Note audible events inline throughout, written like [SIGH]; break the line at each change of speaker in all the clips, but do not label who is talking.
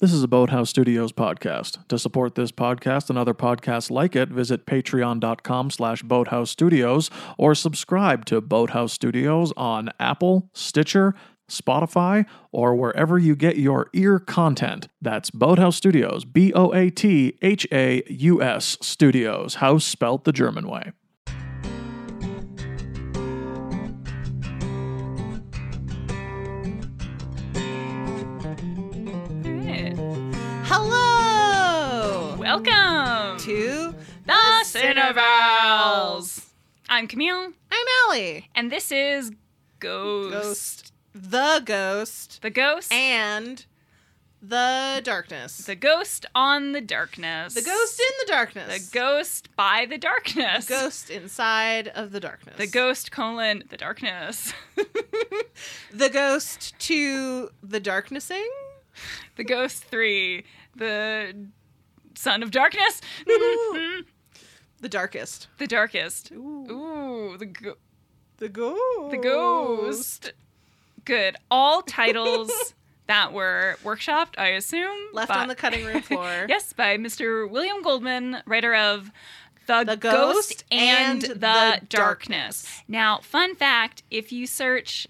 This is a Boathouse Studios podcast. To support this podcast and other podcasts like it, visit patreon.com slash boathouse studios or subscribe to Boathouse Studios on Apple, Stitcher, Spotify, or wherever you get your ear content. That's Boathouse Studios, B O A T H A U S Studios, house spelt the German way.
Alright.
Hello
Welcome
to
the Cinevalves. I'm Camille,
I'm Ellie,
and this is Ghost.
Ghost, the Ghost,
The Ghost.
and the Darkness.
the Ghost on the Darkness.
The Ghost in the
The
Darkness.
Ghost by the Darkness.
Ghost inside of the darkness.
The Ghost colon the Darkness. [LAUGHS]
The Ghost to the Darknessing.
the Ghost 3. The Son of Darkness. [LAUGHS] Mm-hmm.
Ooh. the darkest.
the Darkest.
Ooh.
Ooh, the, go-
The Ghost.
the Ghost. Good. All
[LAUGHS]
titles that were workshopped, I assume.
Left
by-
on the cutting room floor.
[LAUGHS] Yes, by Mr. William Goldman, writer of The,
The
Ghost,
Ghost
and, the,
and the
Darkness.
Darkness.
Now, fun fact if you search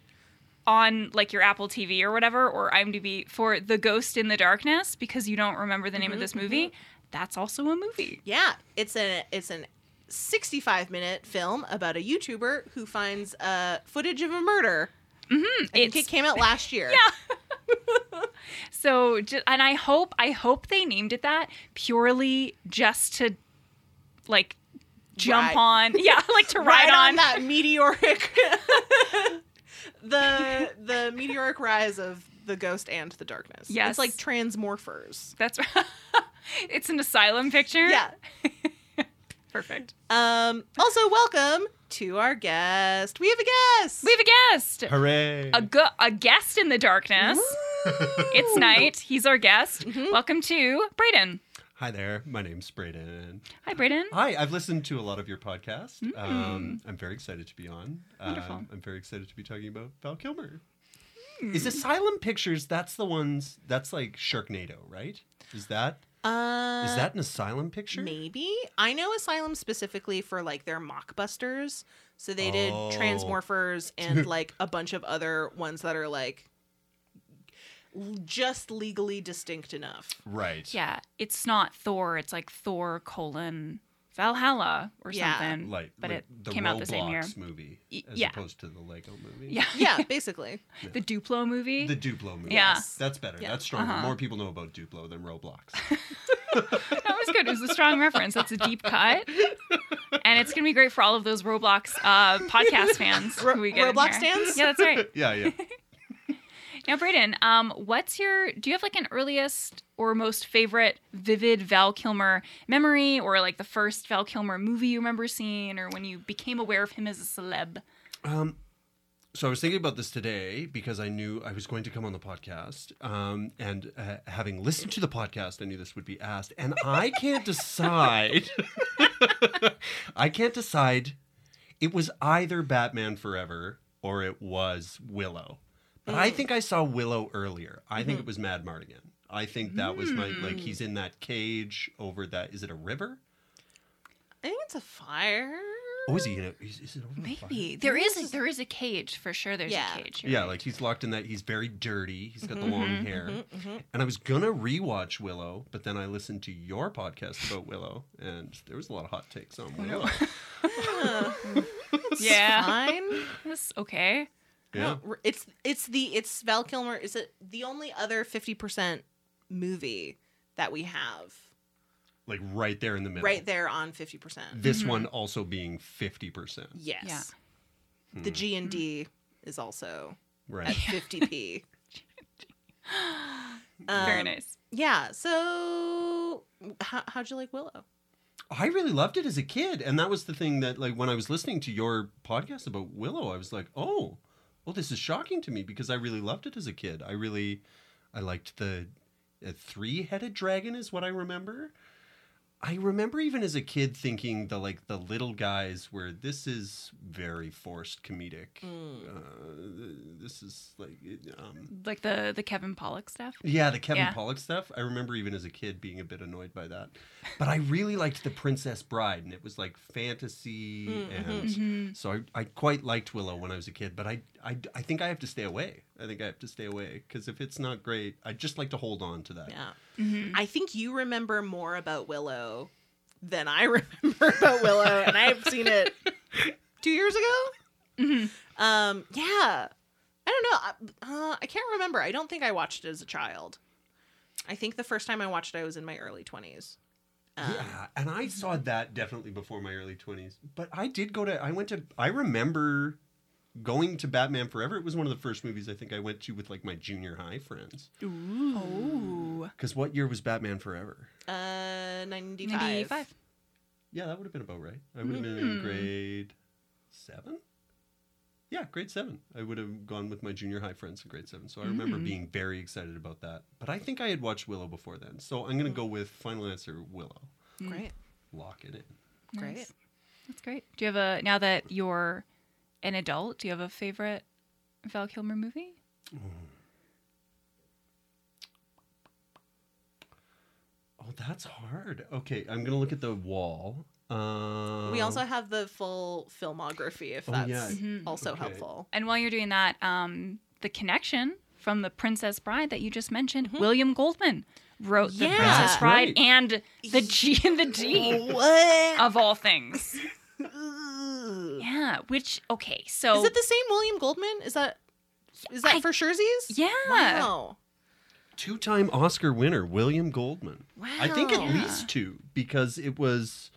on like your Apple TV or whatever, or IMDb for The Ghost in the Darkness, because you don't remember the name
Mm-hmm,
of this movie, that's also a movie.
Yeah, it's a it's an 65 minute film about a YouTuber who finds uh, footage of a murder. I think
It's-
it [LAUGHS] came out last year.
So, ju- and I hope, I hope they named it that purely just to like jump
Ride.
on, yeah, [LAUGHS] like to
right
ride,
on. [LAUGHS] that meteoric the the meteoric rise of the ghost and the darkness.
Yes.
It's like transmorphers.
That's right. [LAUGHS] it's an asylum picture.
Yeah.
Perfect.
Um also welcome to our guest. We have a guest.
We have a guest.
Hooray! [LAUGHS]
A, gu- a guest in the darkness. It's night. He's our guest.
Mm-hmm.
Welcome to Brayden.
Hi there, my name's Brayden.
Hi, Brayden.
Hi, I've listened to a lot of your podcast. Um, I'm very excited to be on.
Hmm. Wonderful.
Um, I'm very excited to be talking about Val Kilmer.
Hmm.
Is Asylum Pictures? That's the ones. That's like Sharknado, right? Is that
uh
is that an Asylum picture?
maybe? I know Asylum specifically for like their mockbusters. So they did
Oh.
transmorphers
[LAUGHS]
and like a bunch of other ones that are like l- just legally distinct enough.
Right.
Yeah, it's not Thor. It's like Thor colon Valhalla or
Yeah.
something.
Like,
but
like
it
the
came
Roblox
out the same year.
movie,
Y-
as
yeah.
opposed to the Lego movie.
Yeah.
Yeah, [LAUGHS] basically.
[LAUGHS] The Duplo movie.
The Duplo movie.
Yeah.
Yes.
That's better.
Yeah.
That's stronger.
Uh-huh.
More people know about Duplo
[LAUGHS]
than Roblox.
That was good. It was a strong reference. That's a deep cut. And it's going to be great for all of those Roblox uh, podcast fans.
Ro-
who we get in
Roblox
here.
fans?
Yeah, that's right.
yeah, yeah.
Now, Brayden, um, what's your? Do you have like an earliest or most favorite vivid Val Kilmer memory, or like the first Val Kilmer movie you remember seeing, or when you became aware of him as a celeb?
Um, so I was thinking about this today because I knew I was going to come on the podcast, um, and uh, having listened to the podcast, I knew this would be asked, and I can't decide. [LAUGHS] I can't decide. It was either Batman Forever or it was Willow, but I think I saw Willow earlier. I think it was Mad Mardigan. I think that was my like he's in that cage over that. Is it a river?
I think it's a fire.
Oh, is he in a? Is, is it over a fire?
Maybe there is a, there is a cage for sure. There's
Yeah.
a cage. You're
Yeah,
right.
like he's locked in that. He's very dirty. He's got
Mm-hmm,
the long hair. And I was gonna rewatch Willow, but then I listened to your podcast about Willow, and there was a lot of hot takes on Willow.
[LAUGHS]
yeah.
Fine. [LAUGHS]
That's okay. [GASPS]
yeah,
No, r- it's it's the it's Val Kilmer. Is it the only other fifty percent movie that we have
like right there in the middle.
right there Mm-hmm. on fifty percent?
This one also being fifty percent. Mm,
Yes. Mm-hmm. The G and D is also at
Hmm. Right.
fifty [LAUGHS] p. Um,
Very nice.
Yeah. So how how'd you like Willow?
I really loved it as a kid, and that was the thing that like when I was listening to your podcast about Willow, I was like, oh, well, this is shocking to me because I really loved it as a kid. I really, I liked the uh, three-headed dragon is what I remember. I remember even as a kid thinking the like the little guys where this is very forced comedic. Uh, th- this is like it, um,
Like the the Kevin Pollock stuff.
yeah, the Kevin
Yeah.
Pollock stuff. I remember even as a kid being a bit annoyed by that, but I really liked The Princess Bride, and it was like fantasy, and
Mm-hmm.
so I, I quite liked Willow when I was a kid. But I, I I think I have to stay away. I think I have to stay away because if it's not great, I just like to hold on to that.
Yeah. I think you remember more about Willow than I [LAUGHS] remember about Willow, and I've seen it two years ago. Um, yeah. I don't know. I- Uh, I can't remember. I don't think I watched it as a child. I think the first time I watched it, I was in my early Um, 20s.
Yeah, and I saw that definitely before my early 20s. But I did go to I went to I remember going to Batman Forever. It was one of the first movies I think I went to with like my junior high friends.
Ooh.
Cuz what year was Batman Forever?
Uh, 95.
95.
Yeah, that would have been about right. I would have been in grade 7. Yeah, grade 7. I would have gone with my junior high friends in grade 7. So I remember being very excited about that. But I think I had watched Willow before then. So I'm going to go with final answer Willow.
Great.
Lock it in.
Great.
Mm, Nice. That's great. Do you have a now that you're an adult, do you have a favorite Val Kilmer movie?
Oh, that's hard. Okay, I'm gonna look at the wall. Um,
We also have the full filmography if
Oh,
that's
yeah. Mhm.
also
Okay.
helpful.
And while you're doing that, um, the connection from the Princess Bride that you just mentioned, William Goldman wrote the
Mm-hmm. Yeah.
Princess
That's
Bride
right.
and the G [LAUGHS] and the D
What?
of all things.
Ugh.
Yeah, which okay, so
Is it the same William Goldman? Is that is that
I-
for surezies?
yeah,
Wow.
two-time Oscar winner William Goldman. I think at
Wow.
least two because it was,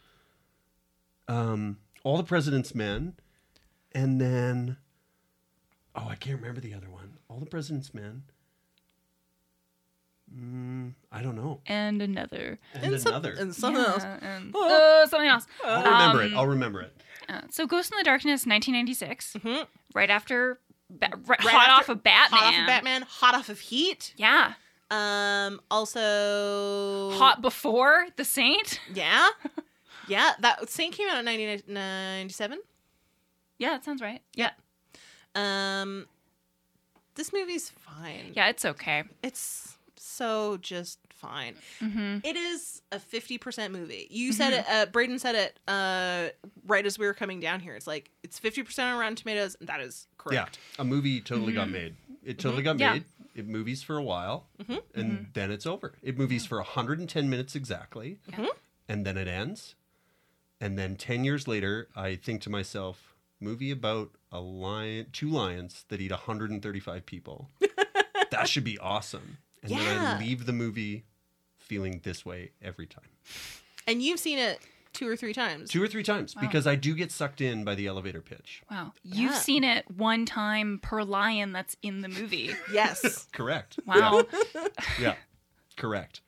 um, All the President's Men, and then, oh, I can't remember the other one. All the President's Men. Mm, I don't know.
and another,
And,
some-
another.
and something
Yeah,
else.
and-
Oh.
uh, something else.
I'll remember it.
um,
I'll remember it.
Uh, so Ghost in the Darkness, 1996,
Mhm.
right after, ba- ri-
Right
hot
after-
off of Batman.
Hot off of Batman, hot off of Heat.
Yeah,
Um, also
hot before The Saint.
Yeah, yeah. That Saint came out in 1997.
Yeah, that sounds right.
Yeah. Um, this movie's fine.
Yeah, it's okay.
it's so just fine.
Mm-hmm.
It is a 50% movie. You said it, uh, Braden said it uh, right as we were coming down here. It's like, it's 50% on Rotten Tomatoes, and that is correct. Mm-hmm.
Yeah, a movie totally got made. It totally got
Yeah.
made. It movies for a while,
Mm-hmm.
and then it's over. It movies for 110 minutes exactly,
Mm-hmm.
and then it ends. And then 10 years later, I think to myself, movie about a lion, two lions that eat
[LAUGHS]
135 people. that should be awesome. And then
Yeah.
I leave the movie feeling this way every time.
And you've seen it two or three times.
Two or three times because I do get sucked in by the elevator pitch.
Wow. You've
Yeah.
seen it one time per lion that's in the
[LAUGHS]
movie.
Yes.
Correct. Yeah.
Wow. [LAUGHS]
Yeah, correct.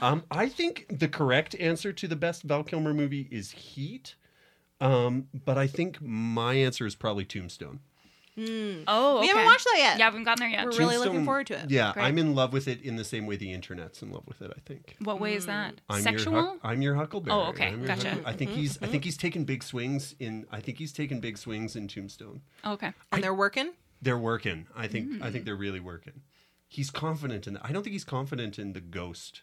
Um, I think the correct answer to the best Val Kilmer movie is Heat, um, but I think my answer is probably Tombstone.
Oh,
We haven't
okay.
watched that yet.
Yeah, we haven't gotten there yet.
We're really looking
Tombstone-
forward to it.
Yeah,
Great.
I'm in love with it in the same way the internet's in love with it. I think.
What way is
Mm.
that?
I'm
Sexual?
Your Huck- I'm your Huckleberry.
Oh, okay.
I'm your
Gotcha. Mm-hmm.
Huckle- I think he's. I think he's taken big swings in. I think he's taken big swings in Tombstone.
Oh,
[LAUGHS]
okay.
And they're working.
They're working. I think. I think they're really working. He's confident in. I don't think he's confident in the ghost,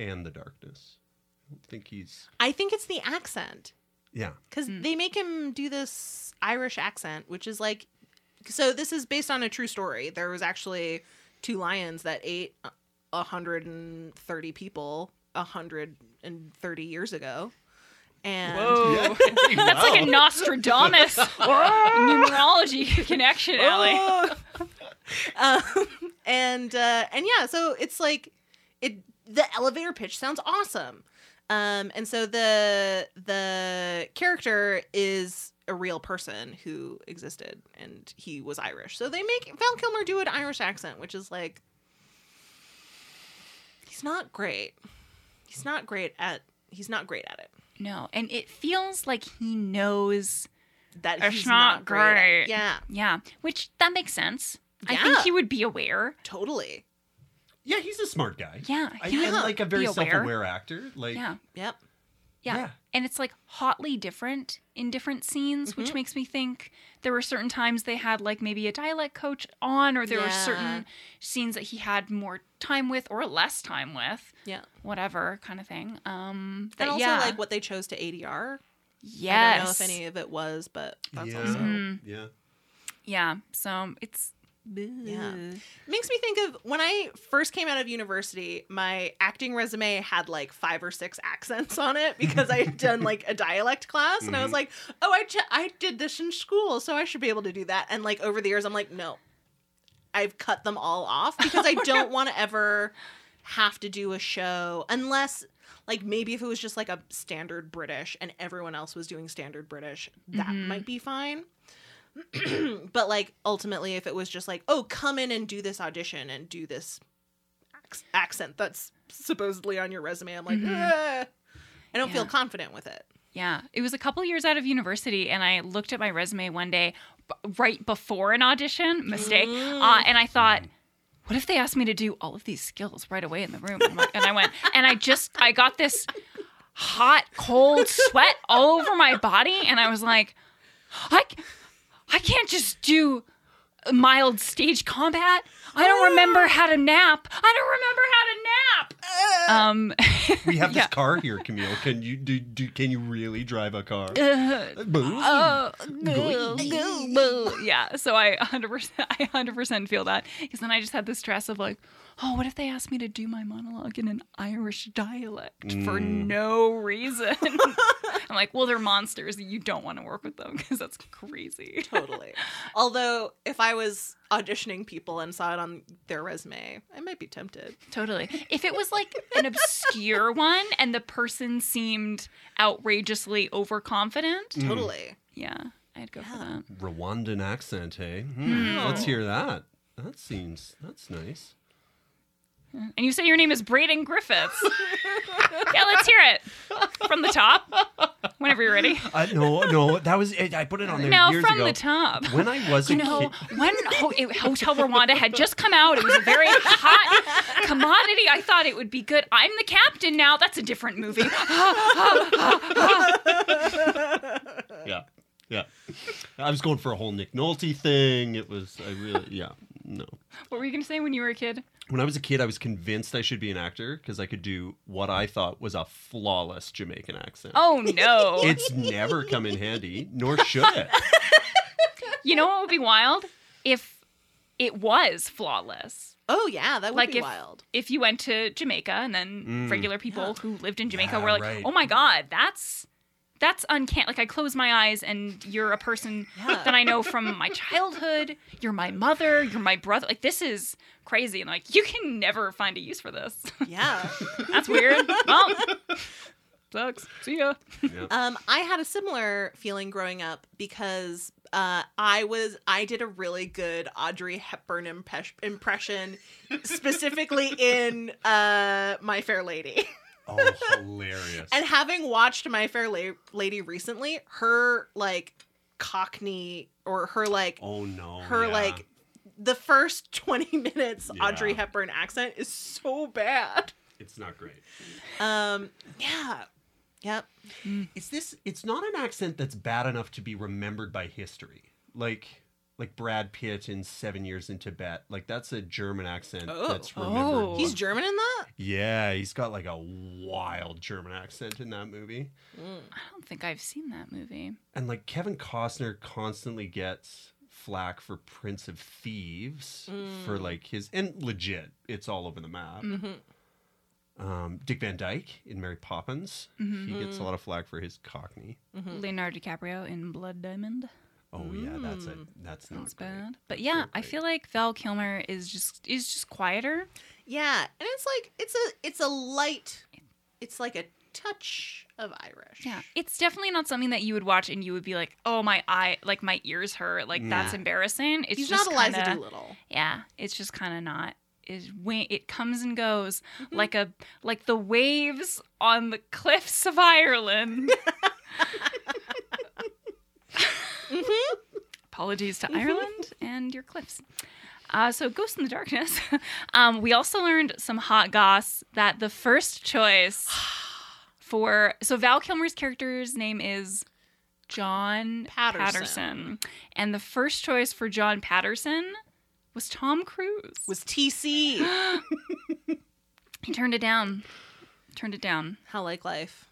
and the darkness. I don't think he's.
I think it's the accent.
Yeah.
Because they make him do this Irish accent, which is like, so this is based on a true story. There was actually two lions that ate a 130 people a 130 years ago.
[LAUGHS]
And
Whoa.
[LAUGHS] That's
It's Oh. like a [LAUGHS]
[LAUGHS]
Nostradamus numerology connection, Allie.
um, and uh, and yeah, so it's like it. The elevator pitch sounds awesome, um, and so the the character is a real person who existed, and he was Irish. So they make Val Kilmer do an Irish accent, which is like he's not great. He's not great at he's not great at it.
No, and it feels like he knows.
That
It's
he's
not
not, great. at-
great.
Yeah,
Yeah, which that makes sense. I think
Yeah.
he would be aware.
totally.
Yeah, he's a smart guy.
Yeah,
I,
yeah.
and like a very
Be aware.
self-aware actor. Like,
Yeah.
Yep.
Yeah.
Yeah.
And it's like hotly different in different scenes,
Mm-hmm.
which makes me think there were certain times they had like maybe a dialect coach on, or there were certain scenes that he had more time with or less time with,
Yeah.
whatever kind of thing. Um, that
And also
yeah.
like what they chose to ADR.
yes.
I don't know if any of it was, but that's
Yeah.
also
Mhm.
yeah.
Yeah. So it's.
Yeah. makes me think of when I first came out of university, my acting resume had like five or six accents on it because I had done like a dialect class and I was like, "Oh, I ch- I did this in school, so I should be able to do that." And like over the years I'm like, "No. I've cut them all off because I don't want to ever have to do a show unless like maybe if it was just like a standard British and everyone else was doing standard British, that
Mhm.
might be fine. but like ultimately if it was just like, "Oh, come in and do this audition and do this ac- accent that's supposedly on your resume." I'm like,
Mhm.
"Ugh." I don't feel
Yeah.
confident
[LAUGHS]
with it.
Yeah, it was a couple years out of university, and I looked at my resume one day b- right before an audition, mistake, uh, and I thought, what if they asked me to do all of these skills right away in the room? And I- and I went, and I just, I got this hot, cold sweat all over my body, and I was like, I, c- I can't just do mild stage combat. I don't remember how to nap. I don't remember how to nap. Um,
We have
Yeah.
this car here, Camille. Can you do, do? Can you really drive a car?
Uh,
Boom.
Oh, no, no, no. yeah. So I 100%, [LAUGHS] I 100% feel that because then I just had the stress of like, oh, what if they asked me to do my monologue in an Irish dialect for no reason? [LAUGHS] I'm like, well, they're monsters. You don't want to work with them because that's crazy.
Totally. Although, if I was auditioning people and saw it on their resume, I might be tempted.
Totally. If it was like an obscure [LAUGHS] one and the person seemed outrageously overconfident,
Totally.
Mm. yeah, I'd go for that.
Rwandan accent, hey? Hmm, Let's hear that. That seems that's nice.
And you say your name is Braden Griffiths. yeah, let's hear it from the top. Whenever you're ready.
Uh, no, no, that was it. I put it on there
No,
years
from
ago.
the top.
When I was a
You know,
kid,
when Ho- it- Hotel Rwanda had just come out, it was a very hot commodity. I thought it would be good. I'm the captain now. That's a different movie.
yeah, yeah. I was going for a whole Nick Nolte thing. It was I really yeah no.
what were you going to say when you were a kid?
When I was a kid, I was convinced I should be an actor because I could do what I thought was a flawless Jamaican accent.
Oh, no.
[LAUGHS] It's never come in handy, nor should it.
you know what would be wild? If it was flawless.
Oh yeah, that would
Like
be
if-
wild.
if you went to Jamaica and then regular people who lived in Jamaica
Mm. Yeah,
were like,
right.
"Oh my god, that's that's uncanny." Like I close my eyes and you're a person
Yeah.
that I know from my childhood. You're my mother. You're my brother. Like this is crazy. And like you can never find a use for this. [LAUGHS]
Yeah.
that's weird. well, sucks. See ya.
Um, I had a similar feeling growing up because uh, I was I did a really good Audrey Hepburn impes-
[LAUGHS]
impression, specifically in uh, My Fair Lady.
[LAUGHS]
[LAUGHS]
Oh, hilarious!
And having watched My Fair La- Lady recently, her like Cockney or her like
oh no,
her
yeah.
like the first [LAUGHS] 20 minutes
Yeah.
Audrey Hepburn accent is so bad.
it's not great.
Um yeah. Yep.
It's this it's not an accent that's bad enough to be remembered by history like like brad pitt in seven years in tibet like that's a german accent
Oh.
that's remembered
Oh.
He's German in that?
yeah he's got like a wild german accent in that movie
I don't think I've seen that movie.
and like kevin costner constantly gets flack for prince of thieves
Mm.
for like his and legit it's all over the map
Mm-hmm.
um, dick van dyke in mary poppins he gets
Mm-hmm.
a lot of flack for his cockney
Mm-hmm.
Leonardo DiCaprio in Blood Diamond.
oh yeah that's a that's not
Mm. That's
Oh, great.
bad. But yeah, I
great.
feel like Val Kilmer is just is just quieter.
Yeah. And it's like it's a it's a light it's like a touch of Irish.
Yeah, it's definitely not something that you would watch and you would be like, "Oh, my eye, like my ears hurt, like that's
Yeah.
embarrassing." It's
He's
just
not Eliza
kinda-
Doolittle.
Yeah, it's just kind of not. Is when it comes and goes
Mm-hmm.
like a like the waves on the cliffs of Ireland. [LAUGHS]
Mm-hmm. [LAUGHS]
Apologies to Ireland and your cliffs. Uh, so, Ghost in the Darkness. [LAUGHS] um, we also learned some hot goss that the first
[SIGHS]
choice for so Val Kilmer's character's name is John
Patterson.
Patterson, and the first choice for John Patterson was Tom Cruise.
was TC. [GASPS]
he turned it down. Turned it down.
How like life.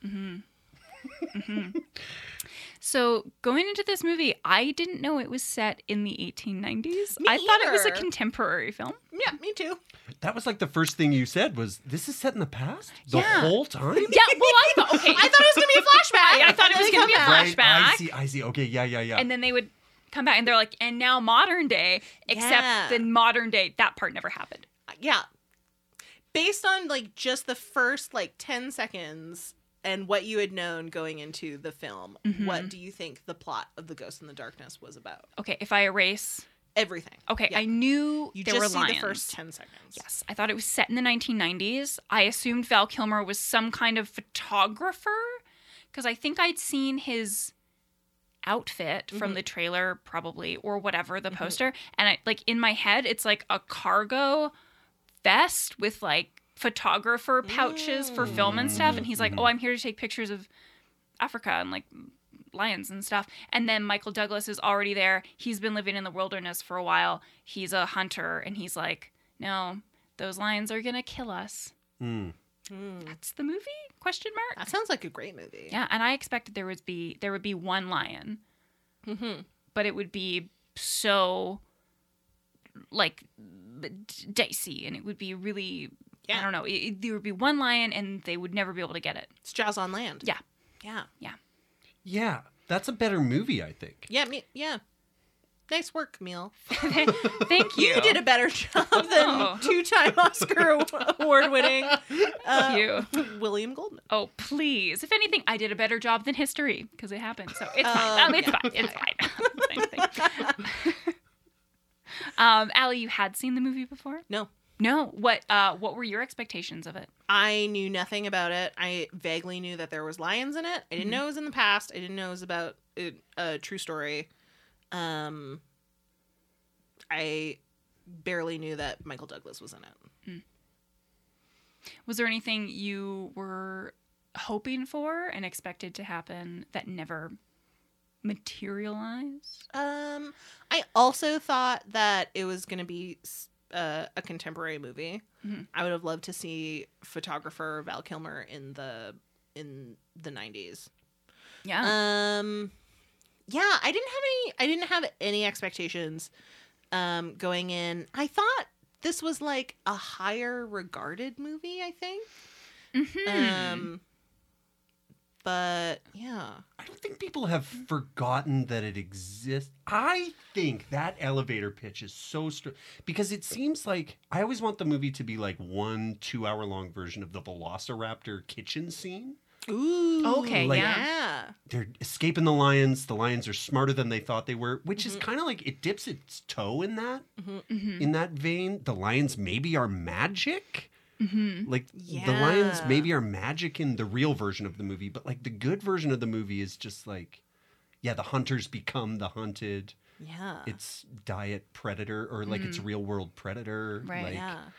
So going into this movie, I didn't know it was set in the 1890s. I thought it was a
either.
contemporary film.
Yeah, me too.
That was like the first thing you said was this is set in the past the
Yeah. [LAUGHS]
whole time.
Yeah, well, I thought okay.
I thought it was gonna be a flashback.
Yeah, I thought it was
They
gonna
come
be a
back.
flash-
Right, I
Flashback.
see. I see. Okay. Yeah. Yeah. Yeah.
and then they would come back and they're like, and now modern day, except
Yeah.
the modern day that part never happened.
Uh, yeah based on like just the first like 10 seconds and what you had known going into the film
Mm-hmm.
what do you think the plot of the ghost in the darkness was about
Okay, if I erase,
everything
okay,
Yeah.
I knew
you
there
just
were
see
lions.
the first 10 seconds
Yes, I thought it was set in the 1990s. I assumed Val Kilmer was some kind of photographer because I think I'd seen his outfit from the trailer probably or whatever the poster and I like in my head it's like a cargo vest with like photographer pouches for film and stuff and he's like, "Oh, I'm here to take pictures of Africa and like lions and stuff. And then Michael Douglas is already there. He's been living in the wilderness for a while. He's a hunter and he's like, "No, those lions are going to kill us."
Mm.
That's the movie? Question mark.
Hmm. that sounds like a great movie
Yeah, and I expected there would be there would be one lion,
Mhm.
but it would be so like d- dicey and it would be really I
Yeah.
don't know. It, it- there would be one lion and they would never be able to get it.
it's jaws on land
Yeah.
yeah
Yeah. That's a better movie, I think.
yeah me yeah nice work camille
[LAUGHS] Thank you.
you did a
[LAUGHS]
better job than
Oh.
two-time oscar
[LAUGHS]
award winning uh,
you.
william goldman
Oh, please. If anything, I did a better job than history because it happened. So it's fine.
Oh,
Um, [LAUGHS] it's
yeah.
fine. It's fine. It's fine. [LAUGHS] um, Allie, you had seen the movie before?
no
No. What uh, What were your expectations of it?
I knew nothing about it. I vaguely knew that there was lions in it. I didn't
Mhm.
know it was in the past. I didn't know it was about a, a true story. Um, I barely knew that Michael Douglas was in it.
Was there anything you were hoping for and expected to happen that never materialized?
Um, I also thought that it was going to be s- uh, a contemporary movie.
Mhm.
I would have loved to see photographer Val Kilmer in the in the 90s.
Yeah.
Um, yeah, I didn't have any. I didn't have any expectations um, going in. I thought this was like a higher regarded movie. I think.
Mhm.
Um, but yeah,
I don't think people have forgotten that it exists. I think that elevator pitch is so strong because it seems like I always want the movie to be like one two hour long version of the Velociraptor kitchen scene.
ooh,
Okay,
Like-
yeah.
They're escaping the lions. The lions are smarter than they thought they were, which is kind of like it dips its toe in that
Mhm.
in that vein. The lions maybe are magic.
Mhm.
Like the lions
Yeah.
maybe are magic in the real version of the movie, but like the good version of the movie is just like, yeah, the hunters become the hunted.
yeah,
It's diet predator or like it's real world predator.
Right.
Like,
Mm-hmm. yeah.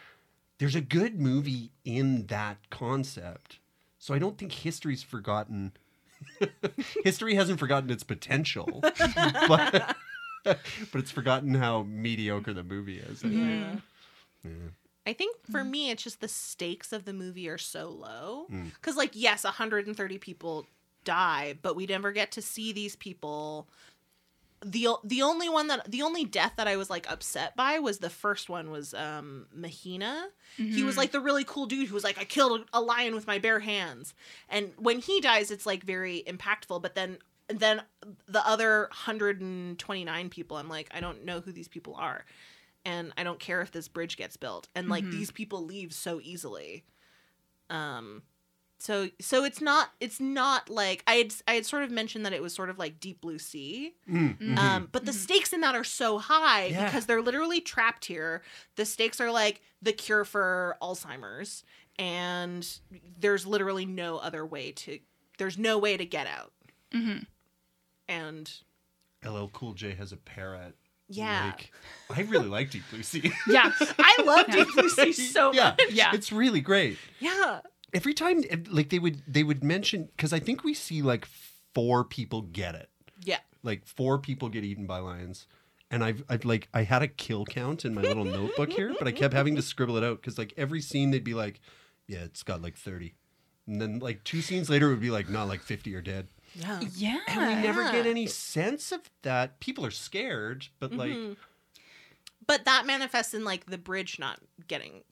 There's a good movie in that concept. So I don't think history's forgotten. [LAUGHS] History hasn't forgotten its potential, [LAUGHS] but, but it's forgotten how mediocre the movie is. I think.
Yeah.
Yeah.
Mm-hmm. I think for me, it's just the stakes of the movie are so low.
Mm.
Because, like, yes, 130 people die, but we never get to see these people. the o- The only one that the only death that I was like upset by was the first one was um Mahina. He was
Mhm.
like the really cool dude who was like, I killed a lion with my bare hands. And when he dies, it's like very impactful. But then then the other 129 people, I'm like, I don't know who these people are. And I don't care if this bridge gets built. And like
Mhm.
these people leave so easily. Um so so it's not it's not like I had I had sort of mentioned that it was sort of like deep blue sea.
Mm,
Mhm.
mhm.
Um, but the stakes in that are so high
Yeah.
because they're literally trapped here. The stakes are like the cure for Alzheimer's, and there's literally no other way to. There's no way to get out,
Mhm.
and
LL Cool J has a parrot.
Yeah.
Like, I really like Deep
[LAUGHS]
Blue Sea.
Yeah.
I love Deep Blue
[LAUGHS]
Sea so
yeah,
much.
Yeah.
It's really great.
Yeah.
Every time, eh, like they would, they would mention because I think we see like four people get it.
Yeah.
Like four people get eaten by lions, and I've, I've like I had a kill count in my little notebook here, but I kept having to scribble it out because like every scene they'd be like, yeah, it's got like thirty, and then like two scenes later it would be like not like fifty are dead.
Yeah.
Yeah.
And we never
Yeah.
get any sense of that. People are scared, but like,
Mhm. But that manifests in like the bridge not getting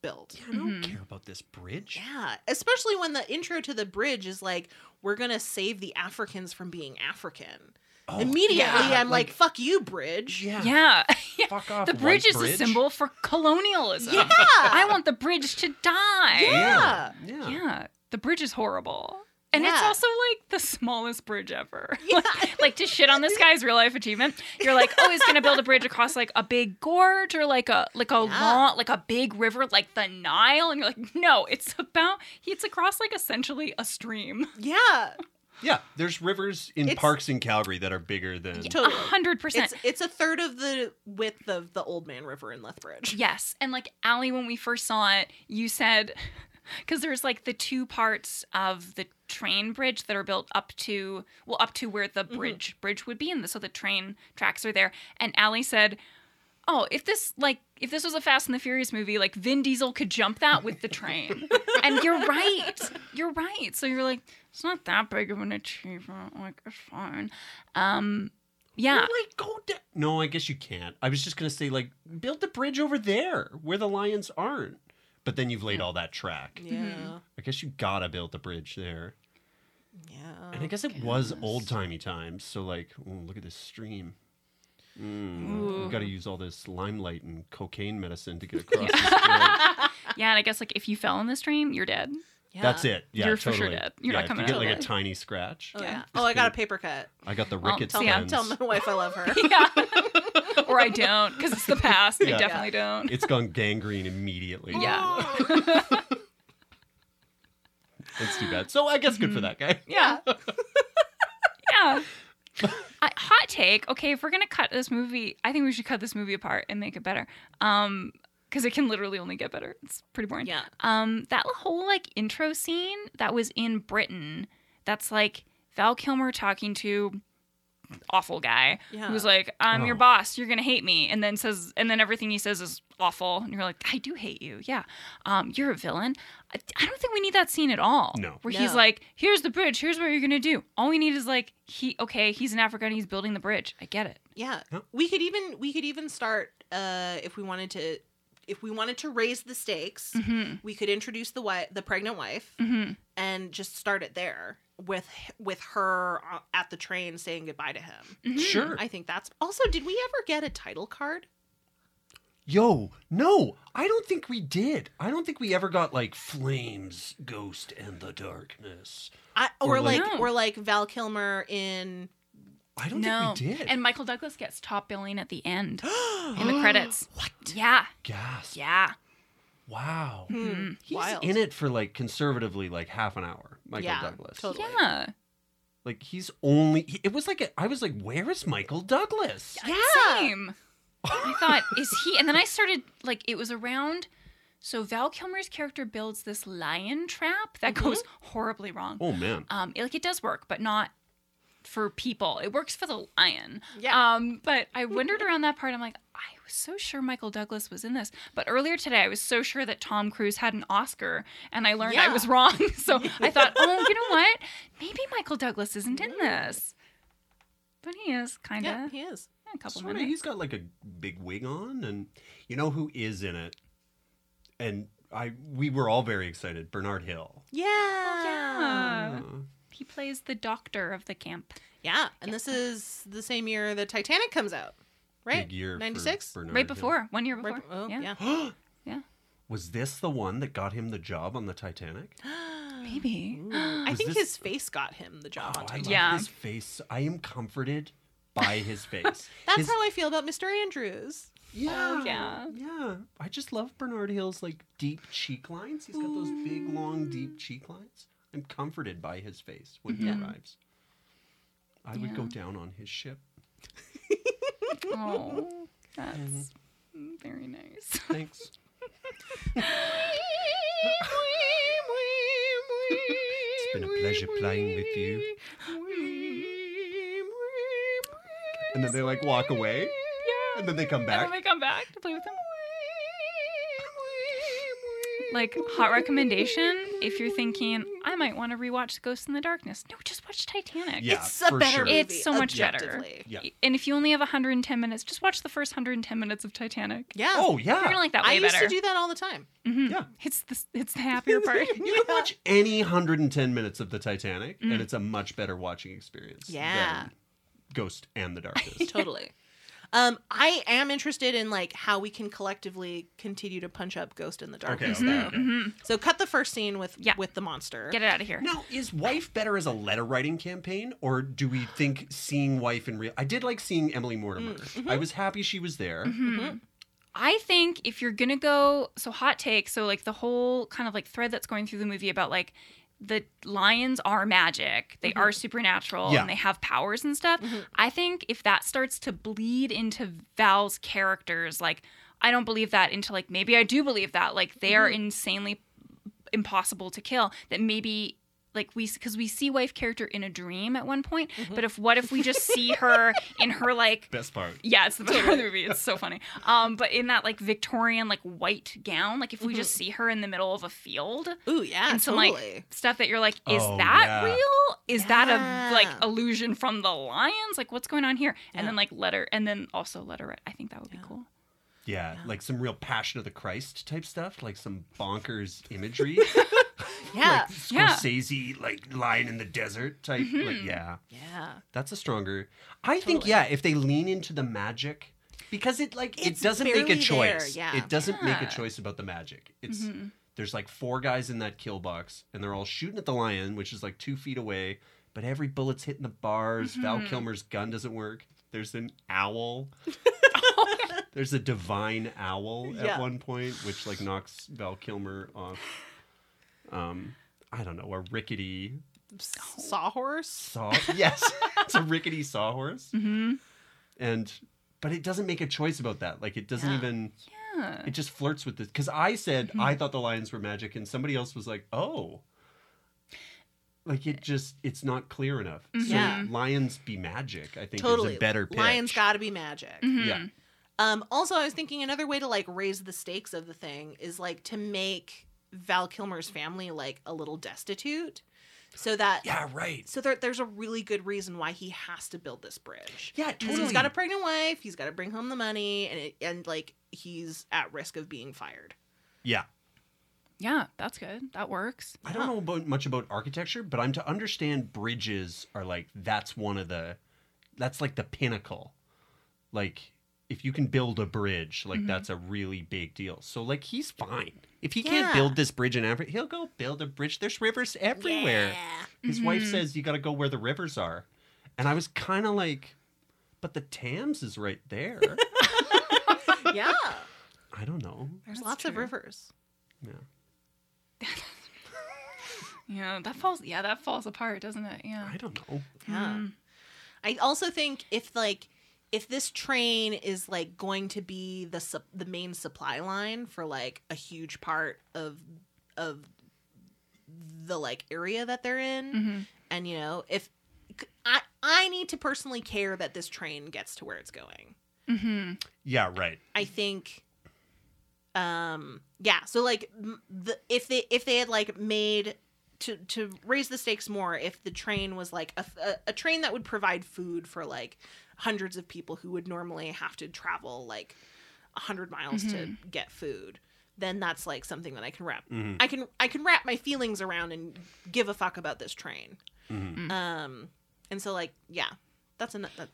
built.
I don't
Mhm.
care about this bridge.
Mm-hmm. Yeah, especially when the intro to the bridge is like, we're gonna save the Africans from being African.
Oh,
Immediately,
yeah,
I'm like, fuck you, bridge.
yeah,
Yeah.
fuck off.
The
white
bridge is a
bridge.
symbol for colonialism.
Yeah.
[LAUGHS] I want the bridge to die.
Yeah.
Yeah.
Yeah.
The bridge is horrible. And it's
Yeah.
also like the smallest bridge ever. [LAUGHS]
Yeah.
like to shit on this guy's real life achievement. You're like, oh, he's gonna build a bridge across like a big gorge or like a like a
Yeah.
long like a big river like the Nile. And you're like, no, it's about it's across like essentially a stream.
[LAUGHS] yeah.
Yeah, There's rivers in
It's-
parks in Calgary that are bigger than.
Yeah.
A
Totally.
hundred percent.
Oh. It's it's a third of the width of the Old Man River in Lethbridge.
Yes. And like Allie, when we first saw it, you said [LAUGHS] because there's like the two parts of the train bridge that are built up to well up to where the bridge bridge would be, and so the train tracks are there. And Allie said, "Oh, if this like if this was a Fast and the Furious movie, like Vin Diesel could jump that with the train." and you're right, you're right. So you're like, it's not that big of an achievement. Like it's fine. Um, yeah.
Well, like, go da- No, I guess you can't. I was just gonna say like build the bridge over there where the lions aren't. But then you've laid all that track.
Yeah.
I guess you gotta build the bridge there.
Yeah.
And I guess it was old timey times. So like, ooh, look at this stream. Mm,
Ooh.
we've got to use all this limelight and cocaine medicine
[LAUGHS]
to get across. this bridge.
Yeah, and I guess like if you fell in this stream, you're dead.
Yeah.
That's it. Yeah,
You're for
totally.
sure dead. You're
yeah,
not coming
if you
out
get like
alive.
a tiny scratch.
Oh, yeah.
Yeah.
Oh, I got a paper cut.
I got the
Well,
rickets.
tell
Tell,
Yeah.
my- tell my wife I love her.
yeah. or I don't, because it's the past.
Yeah.
I definitely don't.
[LAUGHS] It's gone gangrene immediately.
[LAUGHS] Yeah.
[LAUGHS] Oh,
It's too bad. So I guess
Mm-hmm.
good for that guy.
Yeah. yeah. I, hot take. Okay, if we're gonna cut this movie, I think we should cut this movie apart and make it better. Um, because it can literally only get better. It's pretty boring.
yeah.
Um, that whole like intro scene that was in Britain. That's like Val Kilmer talking to awful guy
Yeah.
who's like, "I'm your
Oh.
boss. You're gonna hate me," and then says, and then everything he says is awful, and you're like, "I do hate you. Yeah, um, you're a villain." I, I don't think we need that scene at all.
No.
where he's
No.
like, "Here's the bridge. Here's what you're gonna do." All we need is like, he okay, he's in Africa and he's building the bridge. I get it.
Yeah.
Yep.
We could even we could even start uh if we wanted to if we wanted to raise the stakes,
hmm
we could introduce the wife, the pregnant wife
hmm
and just start it there with with her uh, at the train saying goodbye to him.
Sure.
I think that's Also, did we ever get a title card?
Yo, no, I don't think we did. I don't think we ever got like flames, ghost, and the darkness.
I, or,
Or
like
like-
No.
or like Val Kilmer in
I don't
No,
think we did. [GASPS]
and Michael Douglas gets top billing at the end in the credits.
what?
Yeah,
Gasp!
yeah.
Wow,
Hmm,
he's
Wild.
in it for like conservatively like half an hour. Michael
Yeah,
Douglas.
totally.
Yeah.
Like he's only. he- It was like a, I was like, where is Michael Douglas?
Yeah.
Same. I thought, is he? And then I started, like, it was around. So Val Kilmer's character builds this lion trap
Mm-hmm.
that goes horribly wrong.
[LAUGHS] Oh man.
Um, it- like, it does work, but not for people. It works for the lion.
Yeah.
Um, but I wondered around that part. I'm like, I was so sure Michael Douglas was in this. But earlier today, I was so sure that Tom Cruise had an Oscar, and I learned I
Yeah.
was wrong. [LAUGHS] so I
[LAUGHS]
thought, oh, you know what? Maybe Michael Douglas isn't in this. But he is, kind of.
Yeah, he is.
A couple
Sorta,
minutes.
he's got like a big wig on, and you know who is in it? And I, we were all very excited. Bernard Hill.
Yeah.
Yeah.
Uh,
He plays the doctor of the camp.
Yeah, and this is the same year the Titanic comes out. Right?
Big year. for
96?
Bernard
right
Hill.
before, one year before.
Right, oh, yeah.
Yeah.
Was this the one that got him the job on the Titanic?
Maybe.
[GASPS] I
[GASPS] Was
think
this-
his face got him the job
Oh,
on
I
Titanic.
love
Yeah.
his face. I am comforted by his face.
That's
His-
how I feel about Mr. Andrews.
Yeah,
yeah.
yeah. I just love Bernard Hill's like deep cheek lines. He's got those big, long, deep cheek lines. I'm comforted by his face when he arrives. I would go down on his ship.
[GASPS]
[LAUGHS]
Oh, that's
Mm-hmm.
very nice.
Thanks.
it's
been a pleasure playing with you. And then they like walk away,
Yeah.
and then they come back.
And then they come back to play with them. Like hot recommendation if you're thinking I might want to rewatch Ghost in the Darkness. No, just watch Titanic.
Yeah,
it's a
for
better
sure.
movie.
It's so much better.
objectively.
Yeah.
And if you only have 110 minutes, just watch the first 110 minutes of Titanic.
Yeah.
Oh yeah.
You're gonna like that way
I used
better.
to do that all the time.
[LAUGHS] Mhm.
Yeah.
It's the it's the
[LAUGHS]
happier part.
You can watch any 110 minutes of the Titanic,
Mm.
and it's a much better watching experience.
Yeah.
Than Ghost and the Darkness.
totally. Um, I am interested in like how we can collectively continue to punch up Ghost in the Darkness,
okay,
though.
okay.
So cut the first scene with
Mm-hmm, Yeah.
with the monster.
Get it out of here.
[LAUGHS] now, is Wife better as a letter writing campaign, or do we think seeing Wife in real? I did like seeing Emily Mortimer. I was happy she was there.
I think if you're gonna go so hot take, so like the whole kind of like thread that's going through the movie about like the lions are magic, they are supernatural,
Yeah.
and they have powers and stuff. I think if that starts to bleed into Val's characters, like I don't believe that into like maybe I do believe that, like they are insanely impossible to kill. That maybe like we because we see wife character in a dream at one point, but if what if we just see her in her like
Best part.
yeah, it's the best part of the movie. It's so funny. Um, but in that like Victorian like white gown, like if we just see her in the middle of a field
Ooh, Mm-hmm. yeah,
and some
totally.
like stuff that you're like, is
Oh,
that
yeah.
real? Is that
Yeah.
a like illusion from the lions? Like what's going on here? And
Yeah.
then like letter, and then also letter. I think that would be cool.
Yeah, like some real Passion of the Christ type stuff, like some bonkers imagery,
yeah,
Yeah.
Scorsese like lying in the desert type. Like, yeah,
yeah.
that's a stronger. I think yeah, if they lean into the magic, because it like
It's
it doesn't make a
barely there,
choice.
yeah. Mm-hmm.
It doesn't make a
Yeah.
choice about the magic. It's there's like four guys in that kill box, and they're all shooting at the lion, which is like two feet away. But every bullet's hitting the bars. Val
Mm-hmm.
Kilmer's gun doesn't work. There's an
[LAUGHS]
owl. [LAUGHS] There's a divine owl at
Oh, Yeah.
one point, which like knocks Val Kilmer off. Um, I don't know a rickety
Sawhorse.
saw. [LAUGHS] Yes, it's a rickety sawhorse,
Mm-hmm.
and but it doesn't make a choice about that. Like it doesn't
Yeah. Mm-hmm.
even.
Yeah.
It just flirts with this because I said I thought the lions were magic, and somebody else was like, "Oh." Like it just, it's not clear enough. So
Mm-hmm. Yeah.
lions be magic. I think
Totally.
is a better pitch.
Lions got to be magic.
Mm-hmm.
Yeah.
Um, also, I was thinking another way to like raise the stakes of the thing is like to make Val Kilmer's family like a little destitute, so that
Yeah. Right.
so there, there's a really good reason why he has to build this bridge.
Yeah.
Because
Totally.
Mm-hmm. he's got a pregnant wife, he's got to bring home the money, and it, and like he's at risk of being fired.
Yeah.
Yeah, that's good. That works.
I don't know about much about architecture, but I'm to understand bridges are like that's one of the that's like the pinnacle. Like if you can build a bridge, like
Mm-hmm.
that's a really big deal. So like he's fine. If he can't
Yeah.
build this bridge in Africa, he'll go build a bridge. There's rivers everywhere.
Yeah. [LAUGHS] Mm-hmm.
His wife says you got to go where the rivers are. And I was kind of like but the Thames is right
[LAUGHS]
there.
yeah.
I don't know.
There's
That's
lots of
true.
rivers.
Yeah.
Yeah, that falls. Yeah, that falls apart, doesn't it? Yeah.
I don't know.
Yeah.
Mm-hmm.
I also think if like if this train is like going to be the sup- the main supply line for like a huge part of of the like area that they're in
Mm-hmm.
and you know if I I need to personally care that this train gets to where it's going.
Mm-hmm.
Yeah, right.
I think um yeah, so like m- the if they if they had like made to to raise the stakes more if the train was like a, a, a train that would provide food for like hundreds of people who would normally have to travel like 100 miles to get food then that's like something that I can wrap
Mm-hmm.
I can I can wrap my feelings around and give a fuck about this train.
Mm-hmm.
Um and so like yeah, that's an that,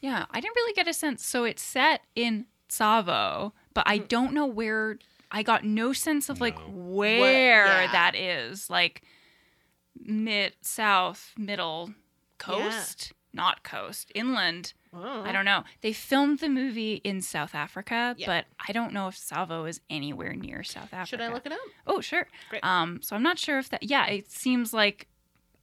Yeah, I didn't really get a sense. So it's set in Tsavo, but I
Mm.
don't know where. I got no sense of like
No.
where
yeah.
that is, like mid south, middle coast, not coast, inland. Oh,
oh,
I don't know. They filmed the movie in South Africa,
Uh-huh. Yeah.
but I don't know if Tsavo is anywhere near South Africa.
Should I look it up?
Oh, sure.
Great.
Um, so I'm not sure if that. Yeah, it seems like.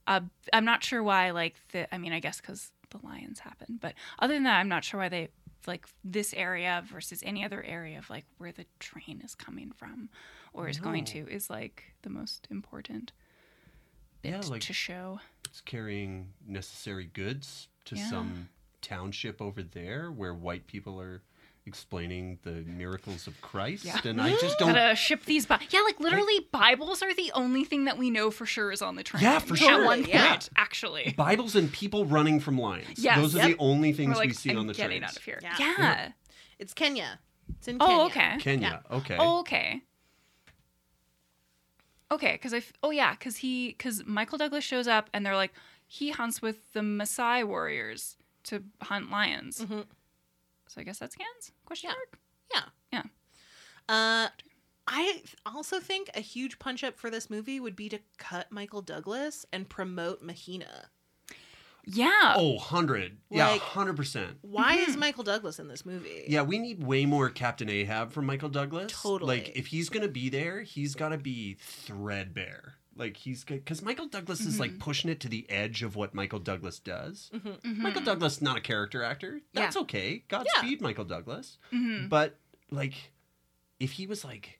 Uh, I'm not sure why. Like the. I mean, I guess because the lions happen, but other than that, I'm not sure why they like this area versus any other area of like where the train is coming from or is going to is like the most important bit
Yeah, like-
to show.
It's carrying necessary goods to
Yeah.
some township over there where white people are explaining the miracles of Christ.
Yeah. uh,
And I
[LAUGHS]
just don't.
Gotta ship these Bi- Yeah, like literally, Bibles are the only thing that we know for sure is on the train.
Yeah, for sure.
At one point,
Yeah.
actually.
Bibles and people running from lions.
Yes.
Those are
Yep.
the only things
We're like,
we see
I'm
on the
getting
trains.
out of here.
Yeah.
Yeah.
It's Kenya. It's in Kenya.
Oh, okay.
Kenya. Okay.
Oh, okay. Okay, because I f- oh yeah, because he because Michael Douglas shows up and they're like he hunts with the Maasai warriors to hunt lions.
Mm-hmm.
Mhm.
So I guess that scans question
Yeah.
mark.
Uh, I th- also think a huge punch up for this movie would be to cut Michael Douglas and promote Mahina.
Yeah.
Oh, 100. Yeah,
Like-
100%.
Why
Mm-hmm.
is Michael Douglas in this movie?
Yeah, we need way more Captain Ahab from Michael Douglas.
Totally.
Like, if he's gonna be there, he's gotta be threadbare. Like he's because Michael Douglas is
Mm-hmm.
like pushing it to the edge of what Michael Douglas does.
Mm-hmm.
Mm-hmm.
Michael
Hmm.
Douglas not a character actor. That's okay. Godspeed, Michael Douglas.
Mhm.
But like, if he was like,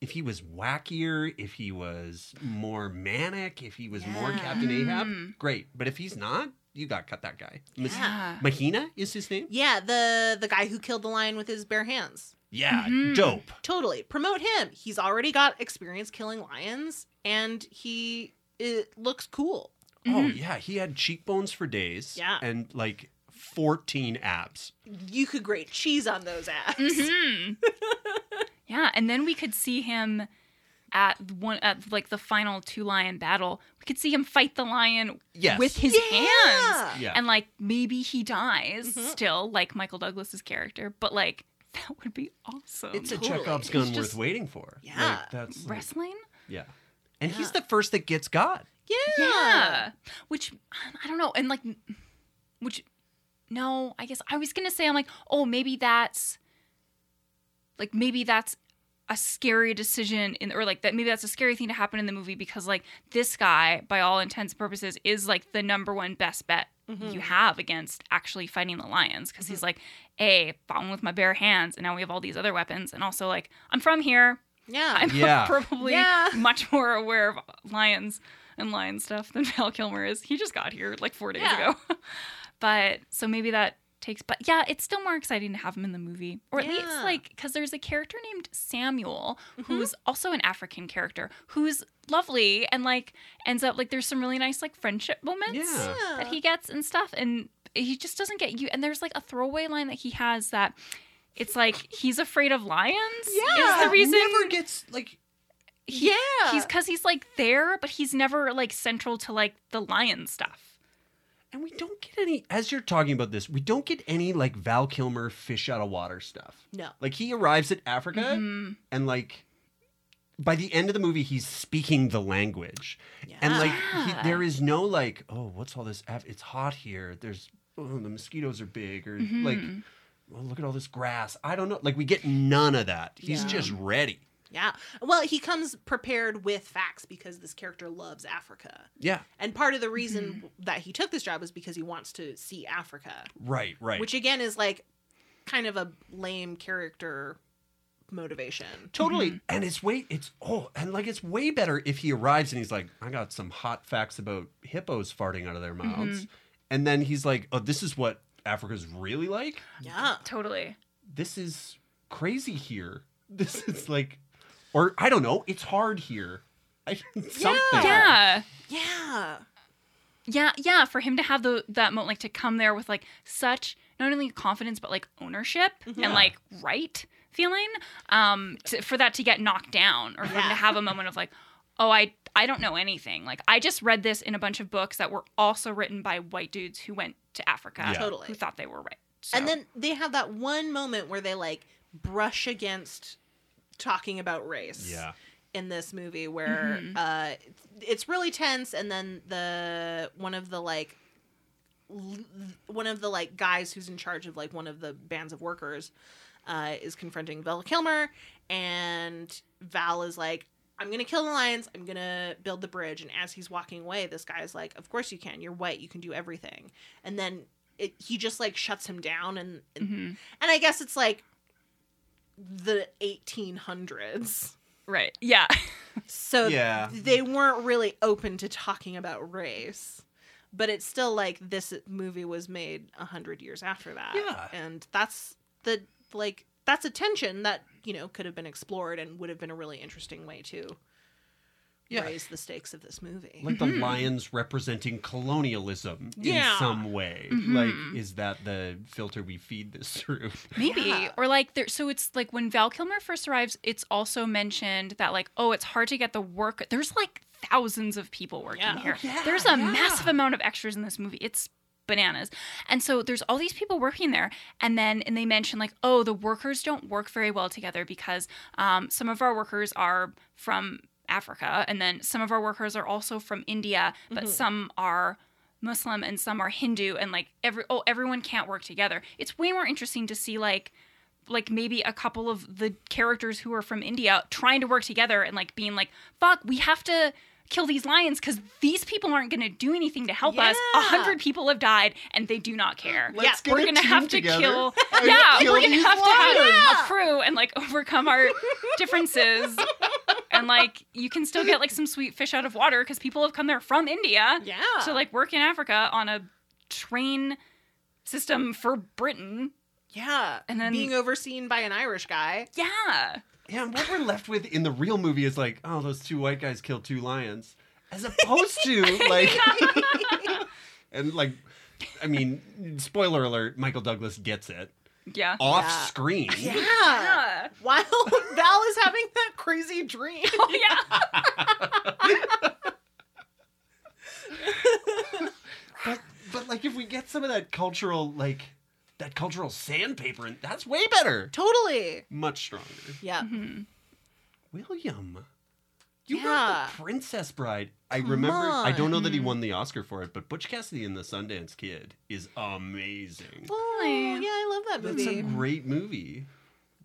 if he was wackier, if he was more manic, if he was more
Yeah.
Captain Ahab,
Mhm.
great. But if he's not, you got to cut that guy. Mas-
Yeah.
Mahina is his name.
Yeah, the the guy who killed the lion with his bare hands.
Yeah,
Mhm.
dope.
Totally. Promote him. He's already got experience killing lions and he it looks cool.
Oh
Mhm.
yeah, he had cheekbones for days.
Yeah.
and like fourteen abs.
You could grate cheese on those abs. [LAUGHS]
[LAUGHS]
Mhm. yeah, and then we could see him at one at like the final two lion battle. We could see him fight the lion
Yes.
with his hands.
Yeah.
yeah, Mm-hmm.
And like maybe he dies
Mhm.
still, like Michael Douglas's character, but like [LAUGHS] that would be awesome.
it's a
totally.
Chekhov's
He's
gun
just-
worth waiting for.
Yeah.
like, that's like,
wrestling?
yeah. And he's
Yeah.
the first that gets God.
Yeah.
Which um, I don't know, and like which no, I guess I was gonna say I'm like, oh maybe that's like maybe that's a scary decision in or like that maybe that's a scary thing to happen in the movie because like this guy by all intents and purposes is like the number one best bet
Mm-hmm.
you have against actually fighting the lions because he's like a falling with my bare hands and now we have all these other weapons and also like i'm from here [LAUGHS]
Yeah.
i'm [LAUGHS]
Yeah.
probably
Yeah. [LAUGHS]
much more aware of lions and lion stuff than [LAUGHS] val kilmer is he just got here like four days
Yeah.
ago [LAUGHS] but so maybe that takes but yeah it's still more exciting to have him in the movie or at least
Yeah. Mm-hmm.
like because there's a character named samuel who's also an african character who's lovely and like ends up like there's some really nice like friendship moments
Yeah.
that he gets and stuff and he just doesn't get you and there's like a throwaway line that he has that it's like he's afraid of lions
Yeah,
is the reason
never gets like
he-
Yeah.
he's because he's like there but he's never like central to like the lion stuff
and we don't get any as you're talking about this, we don't get any like Val Kilmer fish out of water stuff.
No.
Like he arrives at Africa
Mhm.
and like by the end of the movie he's speaking the language.
Yeah.
And like
Yeah.
he, there is no like, oh, what's all this? Af- it's hot here. There's oh, the mosquitoes are big, or like,
Mhm.
well, look at all this grass. I don't know. Like we get none of that. He's
Yeah.
just ready.
Yeah. Well, he comes prepared with facts because this character loves Africa.
Yeah.
And part of the reason
Mm-hmm.
that he took this job is because he wants to see Africa,
Right. Right.
which again is like kind of a lame character motivation.
totally. And it's way. It's oh, and like it's way better if he arrives and he's like, I got some hot facts about hippos farting out of their mouths, and then he's like, oh, this is what Africa's really like.
Yeah.
totally
This is crazy here. [LAUGHS] This is like, or I don't know. It's hard here. [LAUGHS] I, something.
yeah
Yeah.
Yeah, yeah, for him to have the that moment like to come there with like such not only confidence but like ownership
Mm-hmm.
Yeah.
and like right feeling um to, for that to get knocked down or for him
Yeah.
to have a moment of like oh I I don't know anything. Like I just read this in a bunch of books that were also written by white dudes who went to Africa
Yeah.
Totally.
who thought they were right.
And
So,
then they have that one moment where they like brush against talking about race.
Yeah.
in this movie where uh, it's really tense and then the one of the like l- one of the like guys who's in charge of like one of the bands of workers uh, is confronting Val Kilmer and Val is like I'm gonna kill the lions. I'm gonna build the bridge. And as he's walking away, this guy's like, "Of course you can. You're white. You can do everything." And then it, he just like shuts him down and and
hmm
I guess it's like the 1800s.
Right. Yeah. [LAUGHS]
So
Yeah.
they weren't really open to talking about race. But it's still like this movie was made 100 years after that.
Yeah.
And that's the like that's a tension that, you know, could have been explored and would have been a really interesting way to
Yeah.
raise the stakes of this movie.
Like the lions representing colonialism
Yeah.
in some way.
Mhm.
Like, is that the filter we feed this through?
Maybe.
Yeah.
Or like there so it's like when Val Kilmer first arrives, it's also mentioned that like, oh, it's hard to get the work there's like thousands of people working
Yeah.
here.
Yeah,
there's a
yeah.
massive amount of extras in this movie. It's bananas. And so there's all these people working there and then and they mention like, oh, the workers don't work very well together because um, some of our workers are from Africa and then some of our workers are also from India, but
Mm-hmm.
Mhm.
some are Muslim and some are Hindu and like every oh everyone can't work together. It's way more interesting to see like like maybe a couple of the characters who are from India trying to work together and like being like fuck we have to kill these lions cuz these people aren't going to do anything to help us. A
Yeah.
100 people have died and they do not care.
Let's
yeah, we're
get a
going to
team
have to
together
kill
[LAUGHS] and
Yeah,
kill
we're going to
these
have to have
lions.
a crew and like overcome
[LAUGHS]
our differences. and like you can still get like some sweet fish out of water cuz people have come there from India
yeah.
to like work in Africa on a train system for Britain.
yeah.
and then-
being overseen by an Irish guy.
Yeah.
Yeah, and what we're left with in the real movie is like, oh, those two white guys killed two lions, as opposed
[LAUGHS]
to like, and like, I mean, spoiler alert: Michael Douglas gets it
Yeah.
off
Yeah.
screen.
Yeah.
Yeah.
While [LAUGHS] Val is having that crazy
[LAUGHS]
dream.
Oh,
[LAUGHS]
yeah.
But but like, if we get some of that cultural like that cultural sandpaper, and that's way better,
Totally.
much stronger.
Yeah.
Mhm.
William. You
Yeah.
wrote the Princess Bride. I
Come
remember. I don't know that he
on.
won the Oscar for it, but Butch Cassidy and the Sundance Kid is amazing.
Oh, yeah, I love that
That's a
movie.
great movie.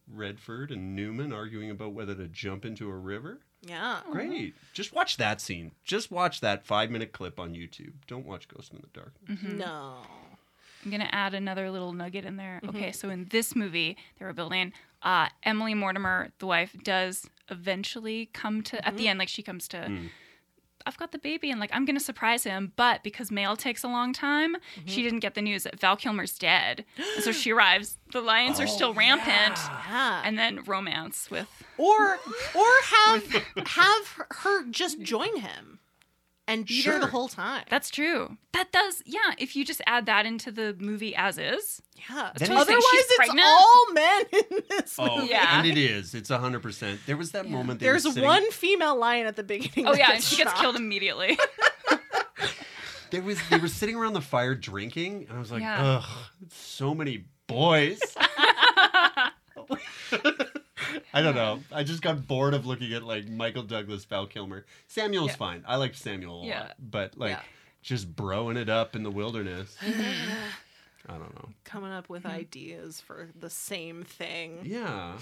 Redford and Newman arguing about whether to jump into a river.
Yeah.
Great. Just watch that scene. Just watch that five minute clip on YouTube. Don't watch Ghost in the Dark.
Mhm.
No.
I'm going to add another little nugget in there.
Mm-hmm.
Okay, so in this movie they were building, uh, Emily Mortimer, the wife, does eventually come to, at the
Mm-hmm.
end, like she comes to,
Mm.
I've got the baby and like I'm going to surprise him, but because mail takes a long time,
Mm-hmm.
she didn't get the news that Val Kilmer's dead. And so she arrives, the lions are still rampant,
Oh, Yeah.
and then romance with
or or
[LAUGHS]
have [LAUGHS] have her just join him and be there the
Sure.
whole time.
That's true. That does, yeah. If you just add that into the movie as is,
yeah.
Then
he's
Otherwise
saying she's
it's
pregnant?
all men [LAUGHS] in this [LAUGHS]
Oh,
movie.
Yeah.
and it is. It's 100%. There was that
Yeah.
moment. they were
There's
sitting-
one female lion at the beginning.
oh
that
yeah, and she gets
shot.
killed
[LAUGHS]
immediately.
There was they were sitting around the fire drinking, and I was like,
Yeah.
ugh, so many
[LAUGHS]
boys. I don't know. I just got bored of looking at like Michael Douglas, Val Kilmer. Samuel's
Yeah.
fine. I like Samuel a
Yeah.
lot, but like
Yeah.
just broing it up in
[LAUGHS]
the wilderness. I don't know.
Coming up
Mm-hmm.
with ideas for the same thing.
Yeah.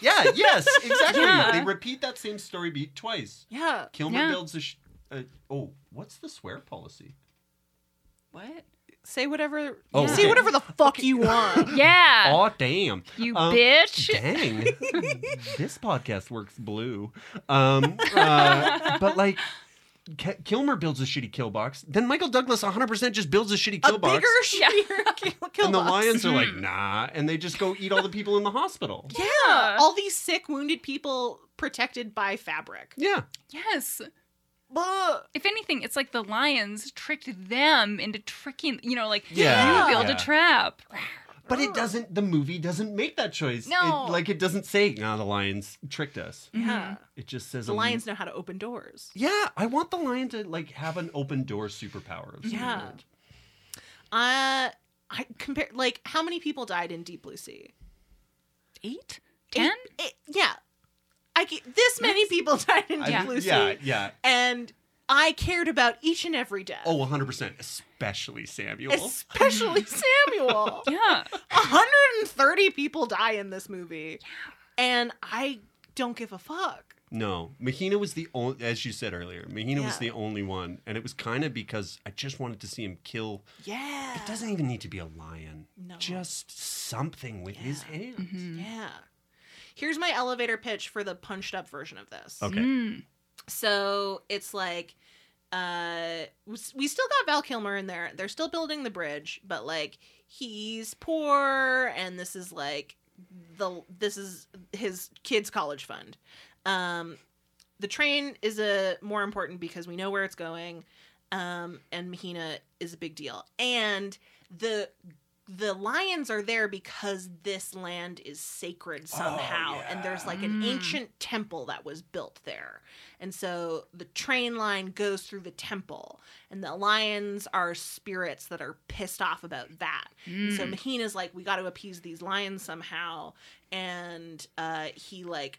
Yeah. Yes. Exactly.
Yeah.
They repeat that same story beat twice.
Yeah.
Kilmer
Yeah.
builds a, sh- a. Oh, what's the swear policy?
what?
Say whatever.
Oh,
say
okay.
whatever the
[LAUGHS]
fuck you want.
Yeah,
Oh damn.
you
Um,
bitch.
[LAUGHS]
Dang, this podcast works blue. Um, uh, but like, K- Kilmer builds a shitty kill box. Then Michael Douglas 100% just builds a shitty kill
a
box.
bigger,
Yeah.
shittier [LAUGHS] kill, kill
and the
box.
lions are like,
Hmm.
nah. And they just go eat all the people in the hospital.
Yeah.
Yeah.
All these sick, wounded people protected by fabric.
Yeah.
yes.
Buh.
If anything, it's like the lions tricked them into tricking. You know, like
Yeah.
you build
Yeah.
a trap.
But it doesn't, the movie doesn't make that choice.
No.
It, like, it doesn't say, nah, the lions tricked us.
Mm-hmm.
Yeah.
It just says,
The
a-
lions know how to open doors.
Yeah, I want the lion to, like, have an open door superpower. Of some
Yeah.
kind.
Uh I compare like how many people died in Deep Blue Sea?
Eight, ten.
It, it- yeah. I ca- this many people [LAUGHS] died in Deep
I-
Blue Sea.
yeah, yeah.
And I cared about each and every death.
Oh, 100%. Especially Samuel. [LAUGHS]
Especially Samuel.
Yeah.
130 people die in this movie. And I don't give a fuck.
No, Mahina was the only, as you said earlier, Mahina was
Yeah.
the only one, and it was kind of because I just wanted to see him kill.
Yeah.
It doesn't even need to be a lion.
No. Mm-hmm.
Just something with his hands.
Yeah. Here's my elevator pitch for the punched up version of this.
Okay.
Mm.
So it's like, uh, we still got Val Kilmer in there. They're still building the bridge, but like he's poor, and this is like the this is his kids' college fund. Um, the train is a more important because we know where it's going, um, and Mahina is a big deal. And the the lions are there because this land is sacred somehow, and there's like an
Mm.
ancient temple that was built there. And so the train line goes through the temple, and the lions are spirits that are pissed off about that. And So
Mm.
Mahina's like, we got to appease these lions somehow, and uh, he like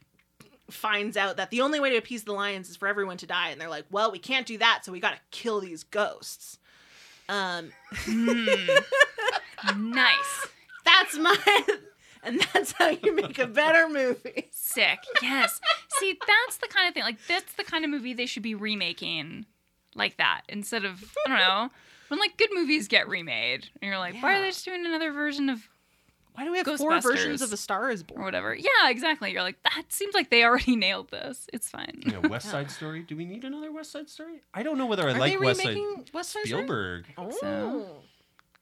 finds out that the only way to appease the lions is for everyone to die, and they're like, well, we can't do that, so we got to kill these ghosts. Um,
Mm. [LAUGHS] nice.
that's my, [LAUGHS] and that's how you make a better movie.
Sick. Yes. See, that's the kind of thing. Like that's the kind of movie they should be remaking like that instead of I don't know. When like good movies get remade and you're like, why are
Yeah.
they just doing another version of
Why do we have
four versions of A
Star Is
or whatever? Yeah, exactly. You're like, that seems like they already [LAUGHS] nailed this. It's fine.
Yeah, West
[LAUGHS]
Side Story. Do we need another West Side Story? I don't know whether I
Are
like
they
West Side.
remaking West Side Story?
Spielberg.
Oh.
So-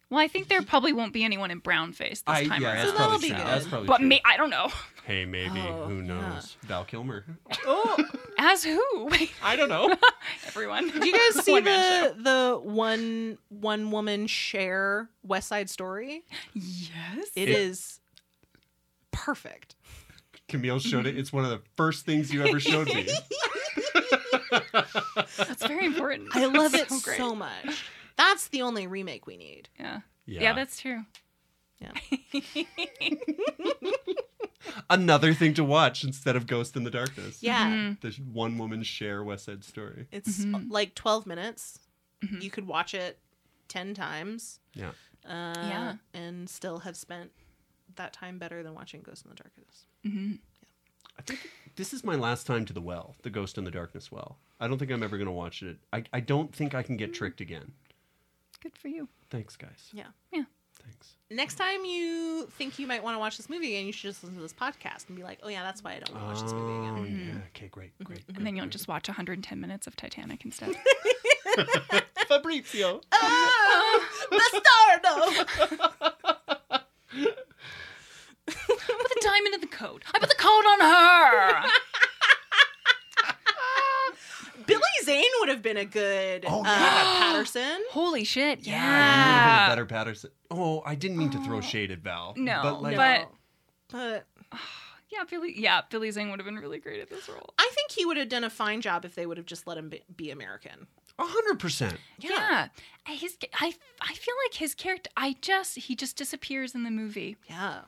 Well, I think there probably won't be anyone in brown face this
I,
time
yeah,
around.
that's
So that'll
probably
be
true.
good.
That's probably
But
true.
me, I don't know.
Hey, maybe
Oh,
who
yeah.
knows? Val
[LAUGHS]
Kilmer.
Oh,
[LAUGHS] As who? [LAUGHS] Wait,
I don't know.
[LAUGHS]
everyone.
[LAUGHS]
did you
[LAUGHS]
guys see
One-man show.
the the one one woman share West Side Story?
Yes.
it is perfect.
Camille showed it. It's one of the first things you ever showed
[LAUGHS]
me.
That's very important.
[LAUGHS]
[LAUGHS]
I love it
great.
so much. That's the only remake we need.
Yeah.
Yeah.
yeah. that's true. [LAUGHS]
another thing to watch instead of Ghost in the Darkness.
Yeah.
Mhm.
The one woman share West Side Story.
It's uh,
Mhm.
like 12 minutes.
Mhm.
You could watch it 10 times.
Yeah.
Uh,
Yeah.
And still have spent that time better than watching Ghost in the Darkness.
Mhm.
I think this is my last time to the well, the Ghost in the Darkness well. I don't think I'm ever going to watch it. I, I don't think I can get tricked again.
Good for you.
Thanks, guys.
Mm. Yeah.
Yeah.
Thanks.
Next time you think you might want to watch this movie again, you should just listen to this podcast and be like, oh, yeah, that's why I don't want to watch this movie
Oh,
again. Mm-hmm.
yeah. Okay, great, great.
And then you'll just watch 110 minutes of Titanic instead.
Fabrizio.
Oh, the stardom!
[LAUGHS] put the diamond in the coat. I put the coat on her.
Billy Zane would have been a good
Oh,
uh,
yeah.
Patterson.
[LAUGHS] Holy shit. Yeah.
I really would've been a better Patterson. Oh, I didn't mean to throw shade at Val.
No,
But like,
but-
but
yeah, Billy. Yeah, Billy Zane would have been really great at this role.
I think he would have done a fine job if they would have just let him be, be American.
100%.
Yeah. His, I, I feel like his character, I just, he just disappears in the movie.
Yeah.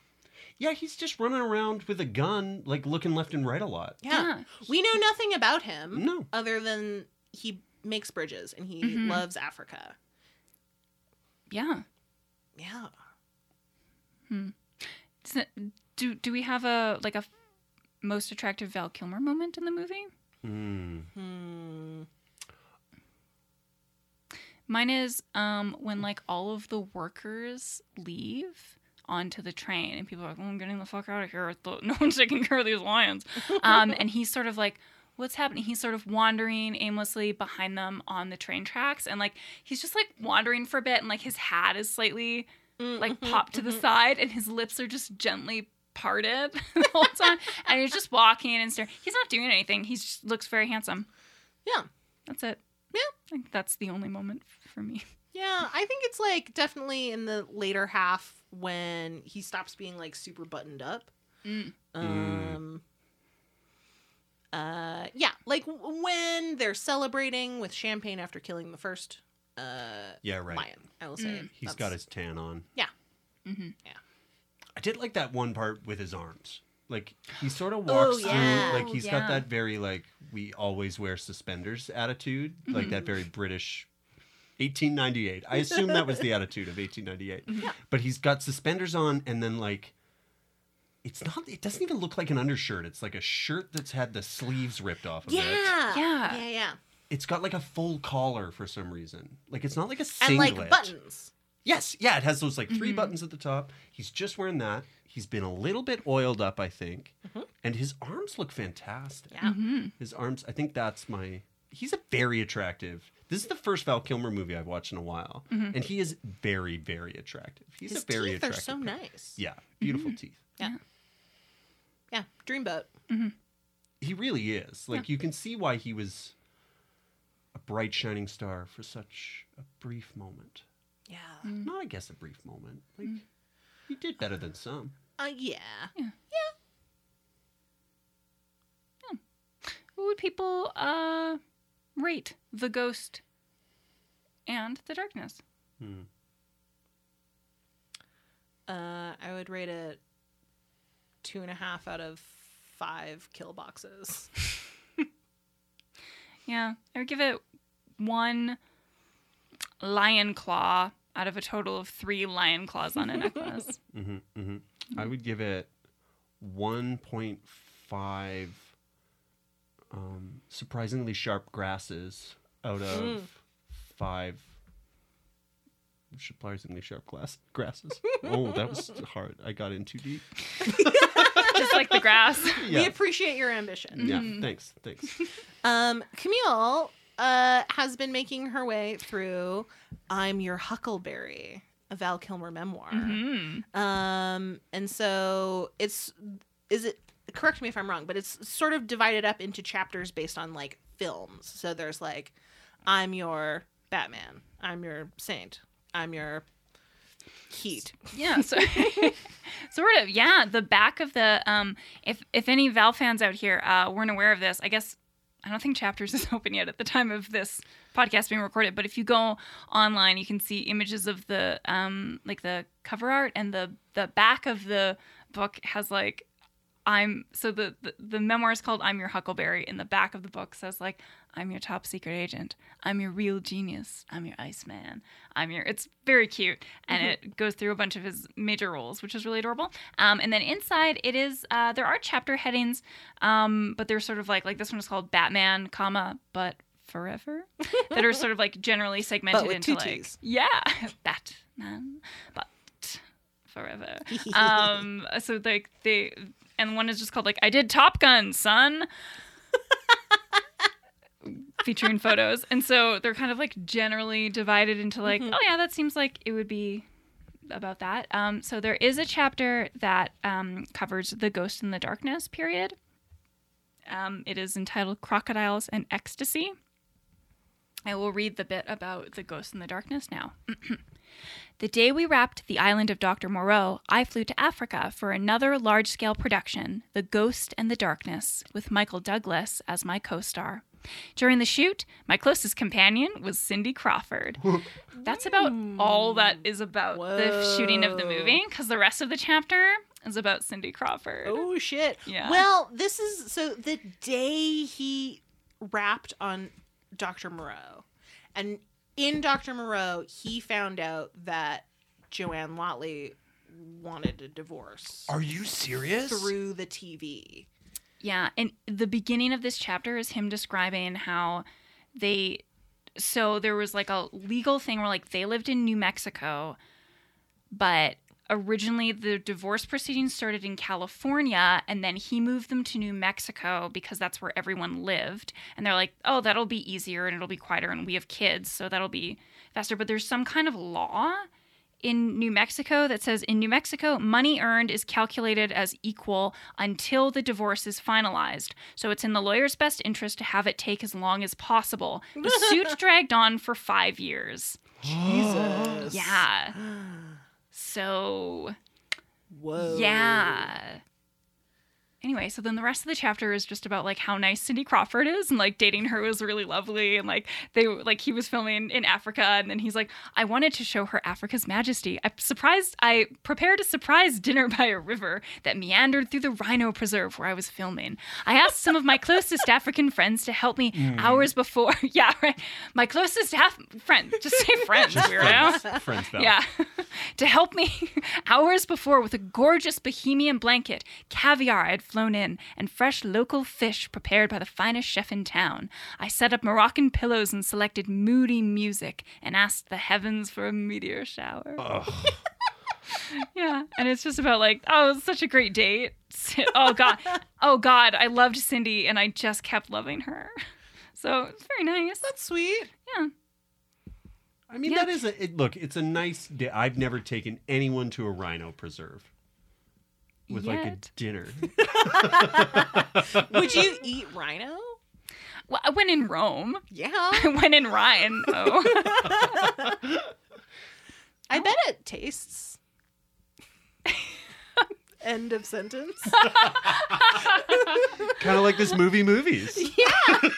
Yeah, he's just running around with a gun, like looking left and right a lot.
Yeah.
Yeah.
We know nothing about him
No.
other than he makes bridges and he
Mhm.
loves Africa.
Yeah.
Yeah.
Is it- Do, do we have a, like a f- most attractive Val Kilmer moment in the movie?
Mm.
Hmm.
Mine is um, when like all of the workers leave onto the train, and people are like, "Oh, "I'm getting the fuck out of here! [LAUGHS] It's the- No one's taking care of these lions." Um, and he's sort of like, "What's happening?" He's sort of wandering aimlessly behind them on the train tracks, and like he's just like wandering for a bit, and like his hat is slightly like
Mm-hmm.
popped to the side, and his lips are just gently parted [LAUGHS] the whole time, and he's just walking and staring. He's not doing anything. He just looks very handsome.
Yeah.
That's it.
Yeah.
I think that's the only moment for me.
Yeah, I think it's like definitely in the later half when he stops being like super buttoned up.
Mm.
Um
Mm.
uh yeah, like w- when they're celebrating with champagne after killing the first uh
Yeah, right.
lion. I will say
Mm.
He's
That's-
got his tan on.
Yeah. Mm-hmm.
Mhm.
Yeah.
I did like that one part with his arms. Like he
[GASPS]
sort of walks
Oh, yeah.
through. Like he's got
Yeah.
that very like we always wear suspenders attitude. Like
Mm-hmm.
that very British. 1898. I
[LAUGHS]
assume
Mm-hmm.
that was the attitude of 1898. But he's got suspenders on and then like it's not. It doesn't even look like an undershirt. It's like a shirt that's had the sleeves ripped off
[LAUGHS]
of
Yeah.
it.
Yeah.
Yeah. Yeah.
It's got like a full collar for some reason. Like it's not like a
And
singlet.
like buttons.
Yes, yeah, it has those like 3
Mm-hmm.
Mhm.
buttons at the top. He's just wearing that. He's been a little bit oiled up, I think,
Mhm.
and his arms look fantastic.
Yeah.
hmm
His arms. I think that's my. He's a very attractive. This is the first Val Kilmer movie I've watched in a while,
Mhm.
and he is very, very attractive. He's
Mm-hmm. His
a very
teeth are
attractive.
so
guy.
nice. Mm-hmm.
Yeah, beautiful teeth.
Yeah. Dreamboat.
He really is. Like you can see why he was a bright shining star for such a brief moment.
Yeah. Mm-hmm.
Not, I guess, a brief moment. Like
Mm.
he did better than some.
Uh, yeah.
What would people uh, rate The Ghost and The Darkness?
Hmm.
Uh, I would rate it two and a half out of five kill boxes.
Yeah, I would give it one lion claw out of a total of three lion claws on a
[LAUGHS]
necklace.
hmm hmm I
Mm.
would give it 1.5 um, surprisingly sharp grasses out of
Mm.
five surprisingly sharp glass grasses. oh,
[LAUGHS]
that was hard. I got in too deep.
Just like the
[LAUGHS]
grass.
We
Yeah.
appreciate your ambition.
Yeah.
Mhm.
Thanks.
[LAUGHS]
Thanks.
Um, Camille uh, has been making her way through I'm Your Huckleberry, a Val Kilmer memoir.
Mhm.
Um, and so it's is it correct me if I'm wrong, but it's sort of divided up into chapters based on like films. So there's like I'm your Batman, I'm your Saint, I'm your Heat.
Yeah, so [LAUGHS] sort of. Yeah, the back of the um if if any Val fans out here uh weren't aware of this, I guess I don't think Chapters [LAUGHS] is open yet at the time of this podcast being recorded, but if you go online, you can see images of the um like the cover art and the the back of the book has like I'm so the, the the memoir is called I'm Your Huckleberry and the back of the book says like I'm your top secret agent. I'm your real genius. I'm your Iceman. I'm your it's very cute and
Mm-hmm.
it goes through a bunch of his major roles, which is really adorable. Um, and then inside it is uh, there are chapter headings, um, but they're sort of like like this one is called Batman, comma but
[LAUGHS]
forever that are sort of like generally segmented
with
into
two
like
Ts.
yeah [LAUGHS] Batman but forever um so like they and one is just called like i did top gun son featuring photos and so they're kind of like generally divided into like oh yeah that seems like it would be about that um so there is a chapter that um covers the ghost in the darkness period um it is entitled crocodiles and ecstasy I will read the bit about the ghost in the darkness now. [CLEARS THROAT] The day we wrapped the island of Dr. Moreau, I flew to Africa for another large scale production, The Ghost and the Darkness, with Michael Douglas as my co star. During the shoot, my closest companion was Cindy Crawford. That's about all that is about the shooting of the
Whoa.
movie, because the rest of the chapter is about Cindy Crawford.
Oh shit.
Yeah.
Well, this is so the day he rapped on Dr. Moreau. And in Dr. Moreau, he found out that Joanne Lotley wanted a divorce
Are you serious?
through the TV.
Yeah, and the beginning of this chapter is him describing how they so there was like a legal thing where like they lived in New Mexico, but originally the divorce proceedings started in California and then he moved them to New Mexico because that's where everyone lived and they're like, "Oh, that'll be easier and it'll be quieter and we have kids, so that'll be faster." But there's some kind of law in New Mexico that says in New Mexico, money earned is calculated as equal until the divorce is finalized. So it's in the lawyer's best interest to have it take as long as possible. The suit dragged on for five years.
[GASPS]
Jesus.
Yeah. So,
Whoa.
yeah. anyway, so then the rest of the chapter is just about like how nice Cindy Crawford is and like dating her was really lovely and like they like he was filming in Africa and then he's like I wanted to show her Africa's majesty. I surprised I prepared a surprise dinner by a river that meandered through the rhino preserve where I was filming. I asked some of my closest [LAUGHS] African friends to help me hours before. [LAUGHS] yeah, right. My closest half friend, just say friends, weirdo.
Friends, friends Val.
Yeah. [LAUGHS] to help me [LAUGHS] hours before with a gorgeous bohemian blanket, caviar I had flown in, and fresh local fish prepared by the finest chef in town. I set up Moroccan pillows and selected moody music and asked the heavens for a meteor shower.
Ugh.
[LAUGHS] Yeah. And it's just about like, oh, it's such a great date. [LAUGHS] oh god. Oh god, I loved Cindy and I just kept loving her. [LAUGHS] So it's very nice.
That's sweet.
I mean,
Yeah.
that is a it, look. It's a nice day. I've never taken anyone to a rhino preserve with like a
Yet.
dinner.
Would you eat rhino?
Well, I went in Rome. [LAUGHS]
Yeah.
I went in Rhine. Oh.
I bet it tastes. End of sentence.
kind of like this movie,
[LAUGHS]
movies.
Yeah.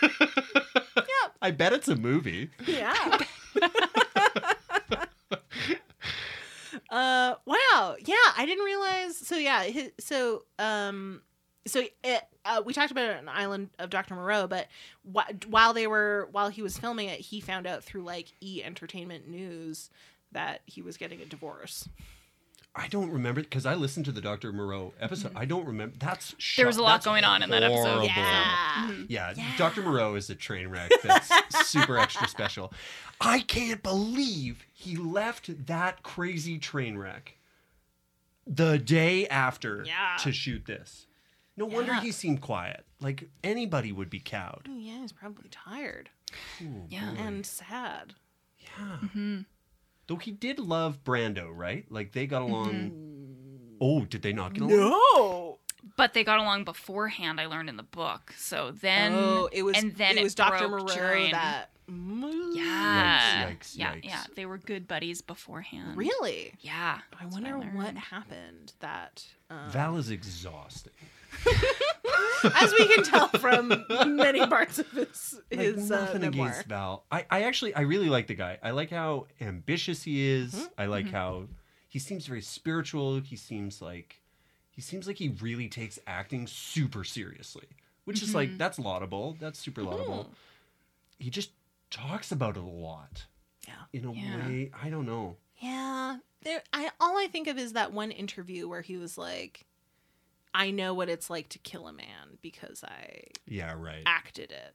[LAUGHS] I bet it's a movie.
Yeah. [LAUGHS] uh wow. Yeah, I didn't realize so yeah, hi- so um so it, uh, we talked about it on Island of Dr. Moreau, but wh- while they were while he was filming it, he found out through like E Entertainment News that he was getting a divorce.
I don't remember because I listened to the Dr. Moreau episode. I don't remember. That's
There was
sho-
a lot
that's
going on in that episode.
horrible. Yeah, Dr. Moreau is a train wreck
[LAUGHS]
that's super extra special. I can't believe he left that crazy train wreck the day after
Yeah.
to shoot this. No wonder
Yeah.
he seemed quiet. Like anybody would be cowed.
Oh, yeah, he's probably tired
Ooh,
Yeah.
boy.
and sad.
yeah.
Mm-hmm.
Mhm.
Though he did love Brando, right? Like they got along.
Mm-hmm.
Oh, did they not get along?
No.
But they got along beforehand, I learned in the book. So then
oh, it was
and then
it
it
was Dr.
broke
Moreau
during-
that
Yeah.
yikes,
yeah,
yikes.
yeah. They were good buddies beforehand.
Really?
Yeah.
I
that's
wonder what
learned.
happened that um,
Val is exhausting.
[LAUGHS] as we
[LAUGHS]
can tell from many parts of his
like
his uh,
nothing
memoir.
against Val. I, I actually I really like the guy. I like how ambitious he is.
Mm-hmm.
I like how he seems very spiritual. He seems like he seems like he really takes acting super seriously, which is
Mm-hmm.
like that's laudable. That's super
Hmm.
laudable. He just talks about it a lot.
Yeah.
In a
Yeah.
way, I don't know.
Yeah, there. I all I think of is that one interview where he was like, "I know what it's like to kill a man because I
Yeah, right.
acted it."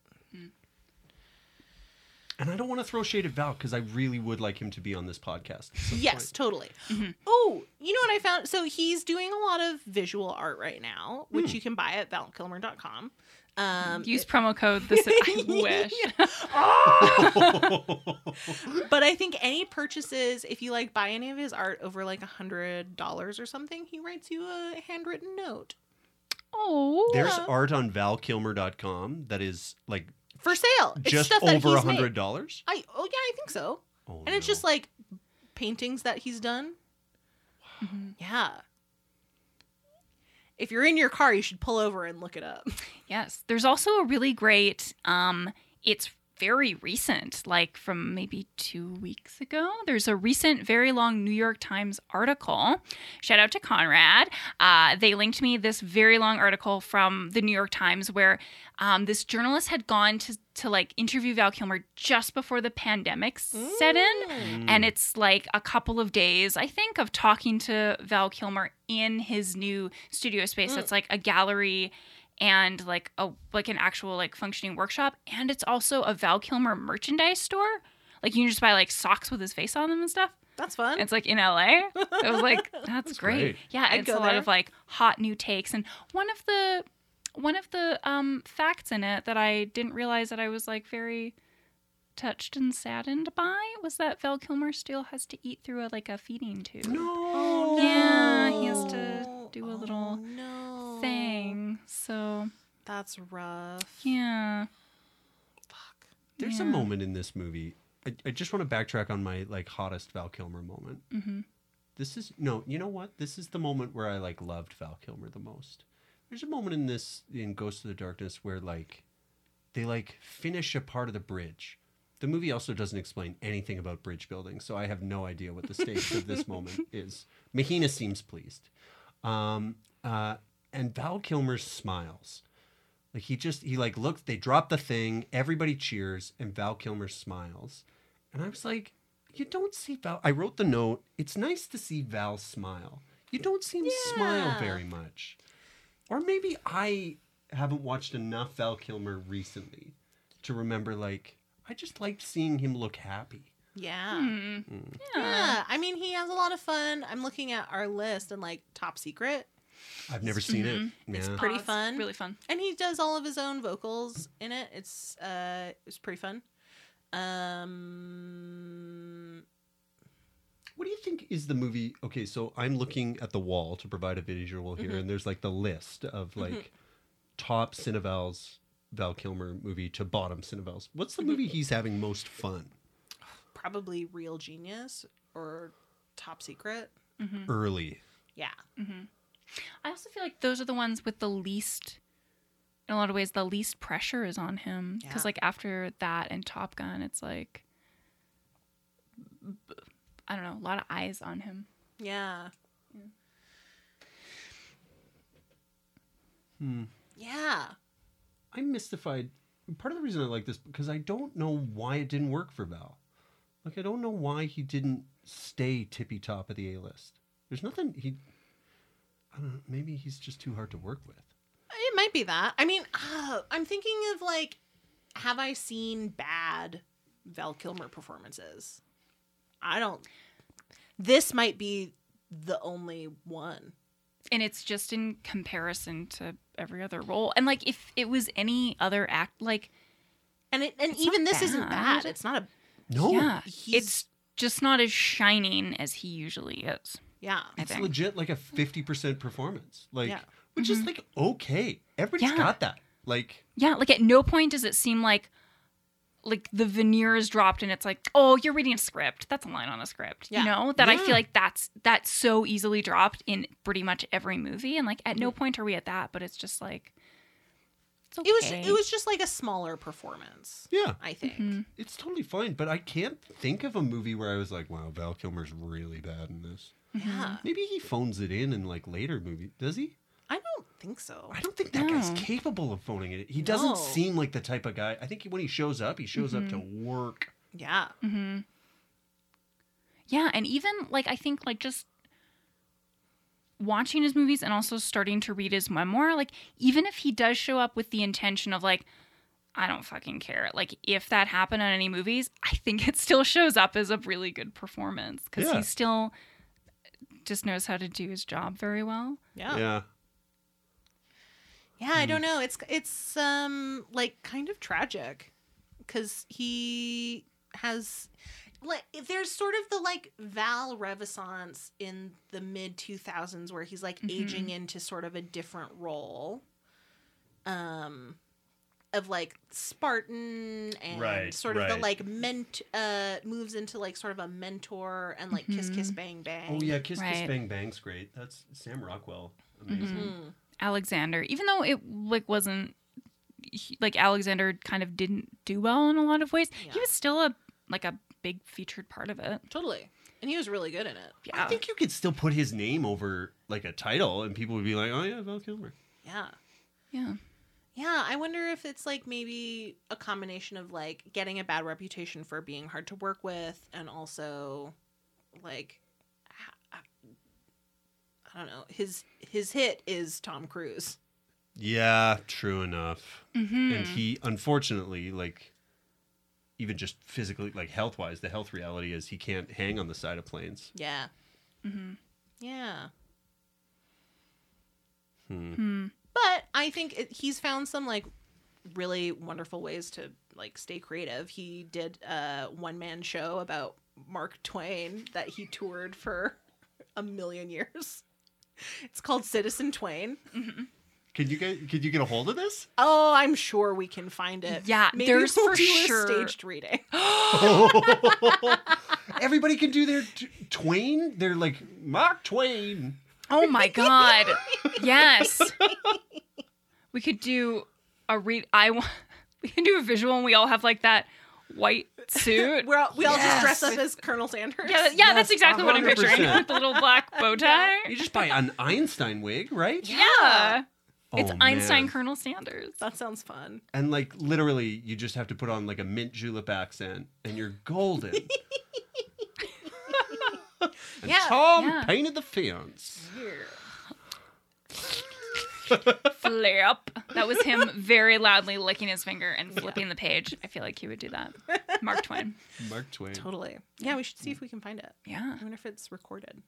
And I don't want to throw shade at Val because I really would like him to be on
[LAUGHS]
this podcast. at some
Yes,
point.
totally.
Mm-hmm.
Oh, you know what I found? So he's doing a lot of visual art right now,
Hmm.
which you can buy at valkilmer.com. Um,
Use promo code
[LAUGHS]
this I wish.
but I think any purchases, if you like buy any of his art over like a hundred dollars or something, he writes you a handwritten note
Oh.
There's
Yeah.
art on valkilmer.com that is like
for sale. It's
just
stuff that
over a
he's made.
hundred dollars.
I oh yeah, I think so.
Oh,
and it's
no.
just like paintings that he's done. Mm-hmm. Yeah. If you're in your car, you should pull over and look it up.
Yes. There's also a really great um it's very recent, like from maybe two weeks ago. There's a recent, very long New York Times article. Shout out to Conrad. Uh, they linked me this very long article from the New York Times where um, this journalist had gone to, to like interview Val Kilmer just before the pandemic set in.
Mm.
Mm.
And it's like a couple of days, I think, of talking to Val Kilmer in his new studio space. That's like a gallery and like a like an actual like functioning workshop. And it's also a Val Kilmer merchandise store. Like you can just buy like socks with his face on them and stuff.
That's
[LAUGHS]
fun.
It's like in LA. I was [LAUGHS] like, that's, great.
great.
Yeah,
I'd
it's a
go
lot
there.
of like hot new takes. And one of the one of the um, facts in it that I didn't realize that I was like very touched and saddened by was that Val Kilmer still has to eat through a, like a feeding tube.
No.
Yeah, he has to do a
Oh,
little
no.
thing. So
That's rough.
yeah.
Fuck.
There's a
Yeah.
moment in this movie. I, I just want to backtrack on my like hottest Val Kilmer moment.
Mm-hmm.
This is no, you know what? This is the moment where I like loved Val Kilmer the most There's a moment in this in Ghost of the Darkness where like they like finish a part of the bridge. The movie also doesn't explain anything about bridge building, so I have no idea what the stakes of this moment is. Mahina seems pleased, um, uh, and Val Kilmer smiles. Like he just he like looks. They drop the thing. Everybody cheers, and Val Kilmer smiles. And I was like, you don't see Val. I wrote the note. It's nice to see Val smile. You don't see him smile
Yeah.
very much. Or maybe I haven't watched enough Val Kilmer recently to remember, like, I just liked seeing him look happy.
Yeah.
Hmm. Yeah.
Yeah. I mean, he has a lot of fun. I'm looking at our list and like top secret.
I've never seen
Mhm.
it. Yeah.
pretty
Oh, it's
fun.
Really fun.
And he does all of his own vocals in it. It's uh it's pretty fun. Um
What do you think is the movie? Okay, so I'm looking at the wall to provide a visual here, and there's like the list of like top Cinevals Val Kilmer movie to bottom Cinevals. What's the movie he's having most fun?
probably real genius or top secret.
Mm-hmm.
Early.
Yeah.
I also feel like those are the ones with the least, in a lot of ways, the least pressure is on him. Because,
Yeah.
like, after that and Top Gun, it's like, b- I don't know, a lot of eyes on him.
Yeah. Hmm. Yeah.
I'm mystified. Part of the reason I like this because I don't know why it didn't work for Val. Like I don't know why he didn't stay tippy top of the A list. There's nothing he. I don't know. Maybe he's just too hard to work with.
It might be that. I mean, uh, I'm thinking of like, have I seen bad Val Kilmer performances? I don't. This might be the only one.
And it's just in comparison to every other role. And, like, if it was any other act, like,
And it, and
It's
even
not
this isn't
bad.
bad. It's not a
No,
yeah,
he's-
it's just not as shining as he usually is.
yeah.
I
it's
think.
legit like a fifty percent performance. Like,
Yeah.
which is like okay. Everybody's
Yeah.
got that. Like,
Yeah, like at no point does it seem like like the veneer is dropped and it's like, oh, you're reading a script. That's a line on a script.
Yeah.
You know? That I
Yeah.
feel like that's that's so easily dropped in pretty much every movie. And like at no point are we at that, but it's just like it's okay.
Mm.
Mm-hmm,
It was it was just like a smaller performance.
yeah,
I think.
it's totally fine. But I can't think of a movie where I was like, wow, Val Kilmer's really bad in this.
mm-hmm.
Yeah.
Maybe he phones it in in like later movie. Does he?
I don't think so.
I don't think that guy's
No.
capable of phoning it. He doesn't
No.
seem like the type of guy. I think he, when he shows up, he shows up to work.
Yeah.
hmm Yeah, and even like I think like just watching his movies and also starting to read his memoir, like even if he does show up with the intention of like I don't fucking care. Like if that happened on any movies, I think it still shows up as a really good performance cuz
Yeah.
he still just knows how to do his job very well.
Yeah. Yeah. I
Hmm.
don't know. It's it's um like kind of tragic cuz he has like there's sort of the like Val Renaissance in the mid 2000s where he's like
Mm-hmm.
aging into sort of a different role. Um of like Spartan and
Right,
sort of the
right.
like ment uh moves into like sort of a mentor and like kiss kiss bang bang.
Oh yeah, Kiss
Right. Mm-hmm.
Kiss Bang Bang's great. That's Sam Rockwell. Amazing.
Mm.
Alexander, even though it like wasn't he- like Alexander kind of didn't do well in a lot of ways,
Yeah.
he was still a like a big featured part of it.
Totally. And he was really good in it.
Yeah.
I think you could still put his name over like a title, and people would be like, "Oh yeah, Val Kilmer."
Yeah.
yeah.
Yeah, I wonder if it's like maybe a combination of like getting a bad reputation for being hard to work with and also like h- I don't know. His his hit is Tom Cruise.
Yeah, true enough.
Mm-hmm.
And he, unfortunately, like even just physically, like health wise, the health reality is he can't hang on the side of planes.
Yeah.
hmm
Yeah.
Hmm.
Mm-hmm.
But I think it, he's found some like really wonderful ways to like stay creative. He did a one-man show about Mark Twain that he toured for [LAUGHS] a million years. It's called Citizen Twain.
Could you get? Could you get a hold
[LAUGHS]
of this?
Oh, I'm sure we can find it.
Yeah, there's
we'll
for
do
sure-
a staged reading. [LAUGHS]
Everybody can do their t- Twain. They're like Mark Twain.
Oh my God. [LAUGHS] yes. We could do a read. I want. [LAUGHS] We can do a visual, and we all have like that white suit.
We're all, we all just dress
Yes.
up as Colonel Sanders.
Yeah, yeah, that's
Yes,
exactly what I'm picturing.
100%.
With the little black bow tie.
You just buy an Einstein wig, right?
Yeah.
Oh,
It's
man.
Einstein Colonel Sanders.
That sounds fun.
And like literally, you just have to put on like a mint julep accent, and you're golden.
[LAUGHS]
and
Yeah.
Tom
Yeah.
painted the fence.
Flip. That was
[LAUGHS]
him very loudly licking his finger and flipping the page. I feel like he would do that.
[LAUGHS]
Mark Twain.
Mark Twain.
Totally. Yeah, we should see if we can find it.
Yeah.
I wonder if it's recorded.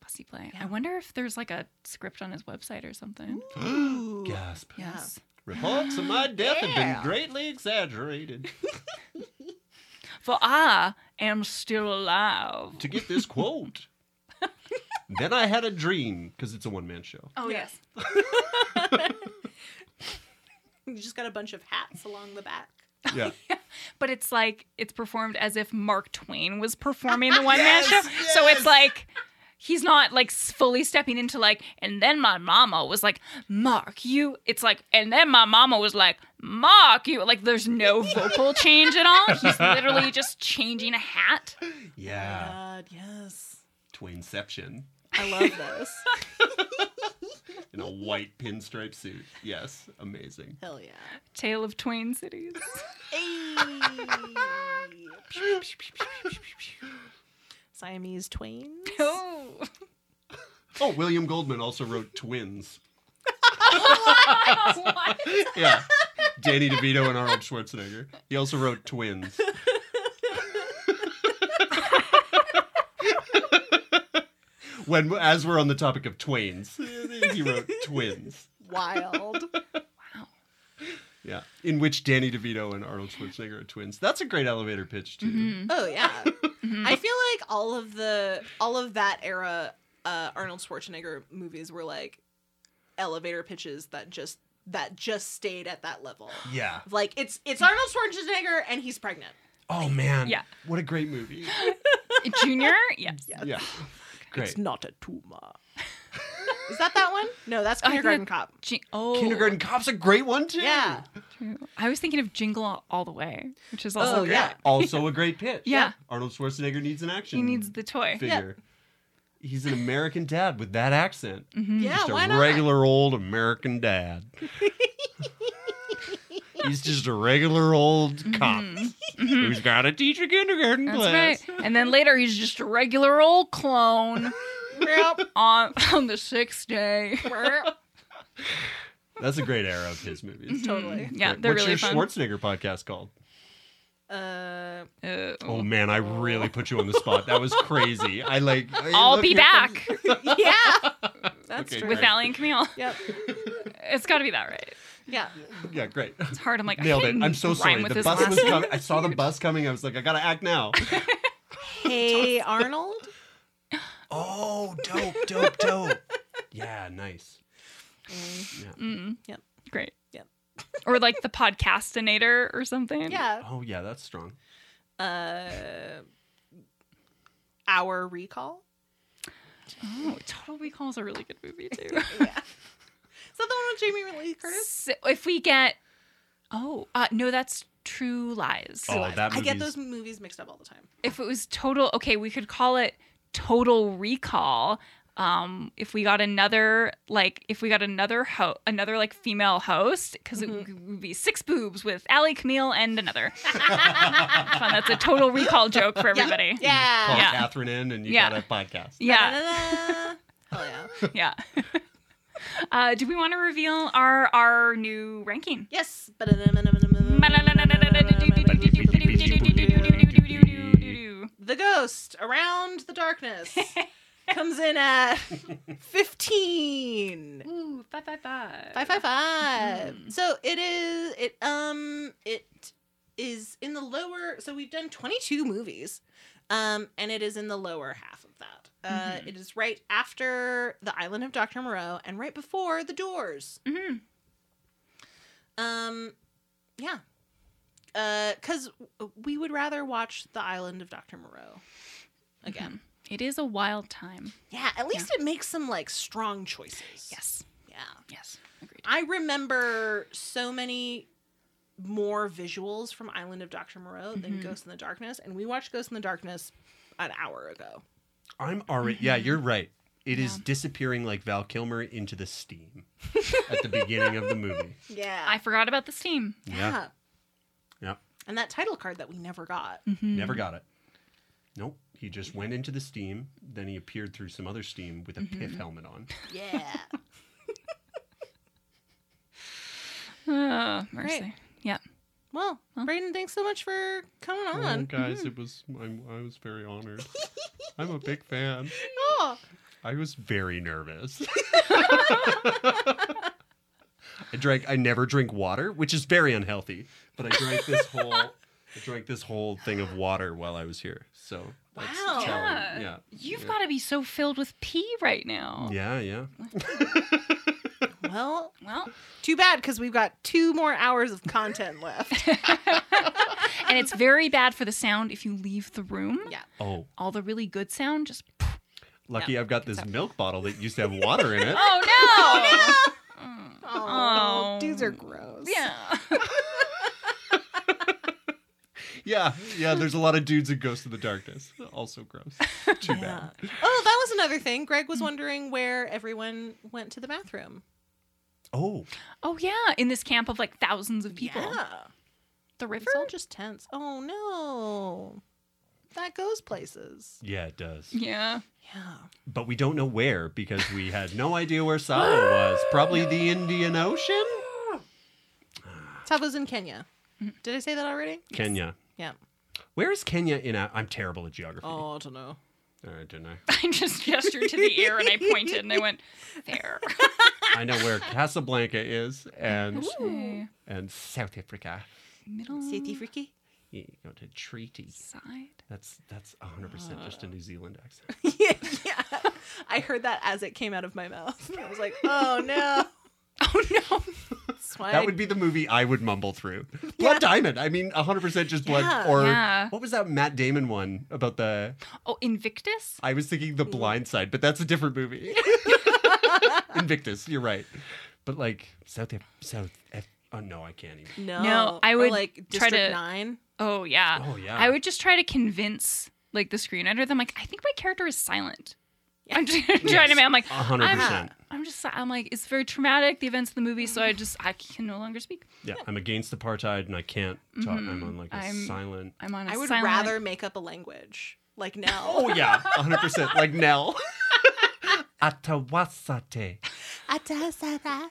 Pussy play. I wonder if there's like a script on his website or something.
Ooh.
Gasp.
Yes.
Reports of my death
Yeah.
have been greatly exaggerated.
For I am still alive.
to get this quote. [LAUGHS] then I had a dream because it's a one man show.
Oh,
yes.
[LAUGHS]
[LAUGHS] You just got a bunch of hats along the back.
Yeah.
But it's like, it's performed as if Mark Twain was performing
[LAUGHS]
the one man
Yes,
show. So
yes.
it's like, he's not like s- fully stepping into like, and then my mama was like, Mark, you. It's like, and then my mama was like, Mark, you. Like, there's
[LAUGHS]
no vocal change at all. He's literally just changing a hat.
Yeah.
God, yes.
Twainception
I love
[LAUGHS]
this.
in a white pinstripe suit. Yes. Amazing.
Hell yeah.
Tale of Twain
[LAUGHS]
Cities. [LAUGHS]
Siamese
[LAUGHS]
twins.
Oh.
Oh, William Goldman also wrote Twins.
[LAUGHS] What?
Yeah. Danny DeVito and Arnold Schwarzenegger. He also wrote Twins. [LAUGHS] when, as we're on the topic of Twains, he wrote Twins.
Wild.
Yeah, in which Danny DeVito and Arnold Schwarzenegger are twins. That's a great elevator pitch too.
Mm-hmm.
Oh yeah. I feel like all of the all of that era uh, Arnold Schwarzenegger movies were like elevator pitches that just that just stayed at that level.
Yeah.
Like it's it's Arnold Schwarzenegger and he's pregnant.
Oh man.
Yeah.
What a great
[LAUGHS]
movie.
Junior? Yes.
Yeah. Great.
not a tumor. Is that that one? No, that's
I think
Kindergarten
that-
Cop.
Ji- oh.
Kindergarten Cop's a great one too.
Yeah.
True. I was thinking of Jingle All the Way, which is also
Oh,
great. [LAUGHS]
yeah.
Also a great pitch.
Yeah.
Arnold Schwarzenegger needs an action.
He needs the toy.
figure. He's an American dad with that accent.
Mm-hmm.
Yeah,
Just
why
a
not?
regular old
[LAUGHS]
American dad. He's just a regular old cop who's got to teach a kindergarten
Mm-hmm. That's
class.
right. And then later he's just a regular old clone
[LAUGHS] Yep.
on on the sixth
[LAUGHS]
day.
That's a great era of his movies.
totally.
Yeah,
Great.
they're
What's
really
your
fun.
Schwarzenegger podcast called?
Uh,
Uh,
Oh man, I really put you on the spot. That was crazy. I like. I
I'll
look
be
here-
back
yeah. That's
Okay,
true.
with Allie and Camille.
Yep.
It's got to be that, right?
Yeah.
[LAUGHS] Yeah, great.
It's hard. I'm like,
Nailed
I
it.
can't
I'm so
rhyme
sorry.
With
The
this
bus
last
was
name.
coming. I saw the bus coming. I was like, I gotta act
[LAUGHS]
now.
Hey Arnold.
Oh, dope, dope, dope. Yeah, nice. Yeah.
Mm.
Yep.
Great.
Yep.
or like the podcastinator or something.
Yeah.
Oh yeah, that's strong.
Uh, our recall.
Oh, Total Recall is a really good movie too.
Is that the one with Jamie Lee Curtis?
So if we get, oh uh, no, that's True Lies.
Oh, that
I get
movie's-
those movies mixed up all the time.
If it was total, okay, we could call it Total Recall. Um, if we got another like, if we got another ho- another like female host, because it would be six boobs with Ali Camille and another. [LAUGHS] Fun. That's a Total Recall joke for everybody.
Call
Yeah.
Yeah.
Catherine in, and you
Yeah.
got a podcast.
Yeah,
Hell
yeah.
yeah.
uh, do we want to reveal our our new ranking?
Yes. The ghost around the darkness comes in at 15.
Ooh, five, five, five.
Five five five. So it is it um it is in the lower so we've done twenty two movies. Um and it is in the lower half of that. Uh it is right after The Island of Dr. Moreau and right before The Doors.
Mhm.
Um yeah. Uh cuz we would rather watch The Island of Dr. Moreau
Mm-hmm.
again.
It is a wild time.
Yeah, at least it makes some like strong choices.
Yes.
Yeah.
Yes. Agreed. Agreed.
I remember so many more visuals from Island of Dr. Moreau than
Mhm.
Ghost in the Darkness, and we watched Ghost in the Darkness an hour ago.
I'm already. Yeah, you're right. It is
Yeah.
disappearing like Val Kilmer into
[LAUGHS]
the steam at the beginning of the movie.
Yeah.
I forgot about the steam.
yeah.
Yeah.
And that title card that we never got.
Mm-hmm.
Never got it. Nope. He just went into the steam. Then he appeared through some other steam with a piff helmet on.
Yeah.
Oh, mercy. Yeah.
[LAUGHS] well, Braden, thanks so much for coming
Oh,
on.
guys, it was. I'm, I was very honored. I'm a big fan.
Oh,
I was very nervous. I drank. I never drink water, which is very unhealthy. But I drank this whole. I drank this whole thing of water while I was here. So that's
Wow.
telling.
Yeah.
Yeah.
You've
Yeah.
got to be so filled with pee right now.
Yeah. Yeah.
well,
Well,
too bad because we've got two more hours of content left.
and it's very bad for the sound if you leave the room.
[LAUGHS] yeah. Oh,
Oh,
All the really good sound
[LAUGHS]
just. [LAUGHS]
lucky I've got this milk bottle that used to have water in it.
[LAUGHS]
[LAUGHS]
Oh no!
Oh,
Oh.
dudes are gross.
Yeah.
Yeah. Yeah. There's a lot of dudes in Ghost in the Darkness. Also gross. Too
Yeah.
bad.
Oh, that was another thing. Greg was wondering where everyone went to the bathroom.
Oh.
Oh yeah, in this camp of like thousands of people.
Yeah.
The river.
It's all just tense. Oh no. That goes places.
Yeah, it does.
Yeah. [LAUGHS]
Yeah.
But we don't know where because we had no idea where Savo was. Probably the Indian Ocean?
Savo's in Kenya. Did I say that already?
Kenya.
Yeah.
Where is Kenya in a. I'm terrible at geography.
Oh, I don't know.
All right, didn't I?
I just gestured to the air and I pointed and I
[LAUGHS]
went there.
I know where Casablanca is and
Okay.
and South Africa.
Middle
City freaky.
You go to Treaty.
[LAUGHS] side.
That's that's 100% just a New Zealand accent.
[LAUGHS] yeah, yeah. I heard that as it came out of my mouth. [LAUGHS] I was like, oh no.
Oh no.
That's why I-
That would be the movie I would mumble through. [LAUGHS] Blood Diamond. I mean, 100% just blood.
Yeah.
or
Yeah.
what was that Matt Damon one about the.
Oh, Invictus?
I was thinking The Blind Side, but that's a
[LAUGHS]
different movie. Invictus, you're right. But like South. Af- South Af- oh, no, I can't even.
no.
No, I
Or,
would
like
try
District
to-
Nine.
Oh yeah.
Oh, yeah.
I would just try to convince like the screenwriter that I'm like, I think my character is silent. I'm [LAUGHS] just trying
Yes.
to make I'm like
100%.
I'm, I'm just si- I'm like, it's very traumatic, the events of the movie, so I just I can no longer speak.
Yeah, I'm against apartheid and I can't talk. I'm on like a
Mm-hmm. I'm-
silent.
I'm on a
I would
silent- [LAUGHS]
rather make up a language. Like now.
Oh, yeah, 100%.
[LAUGHS]
like Nell. Atawasate.
I was at that.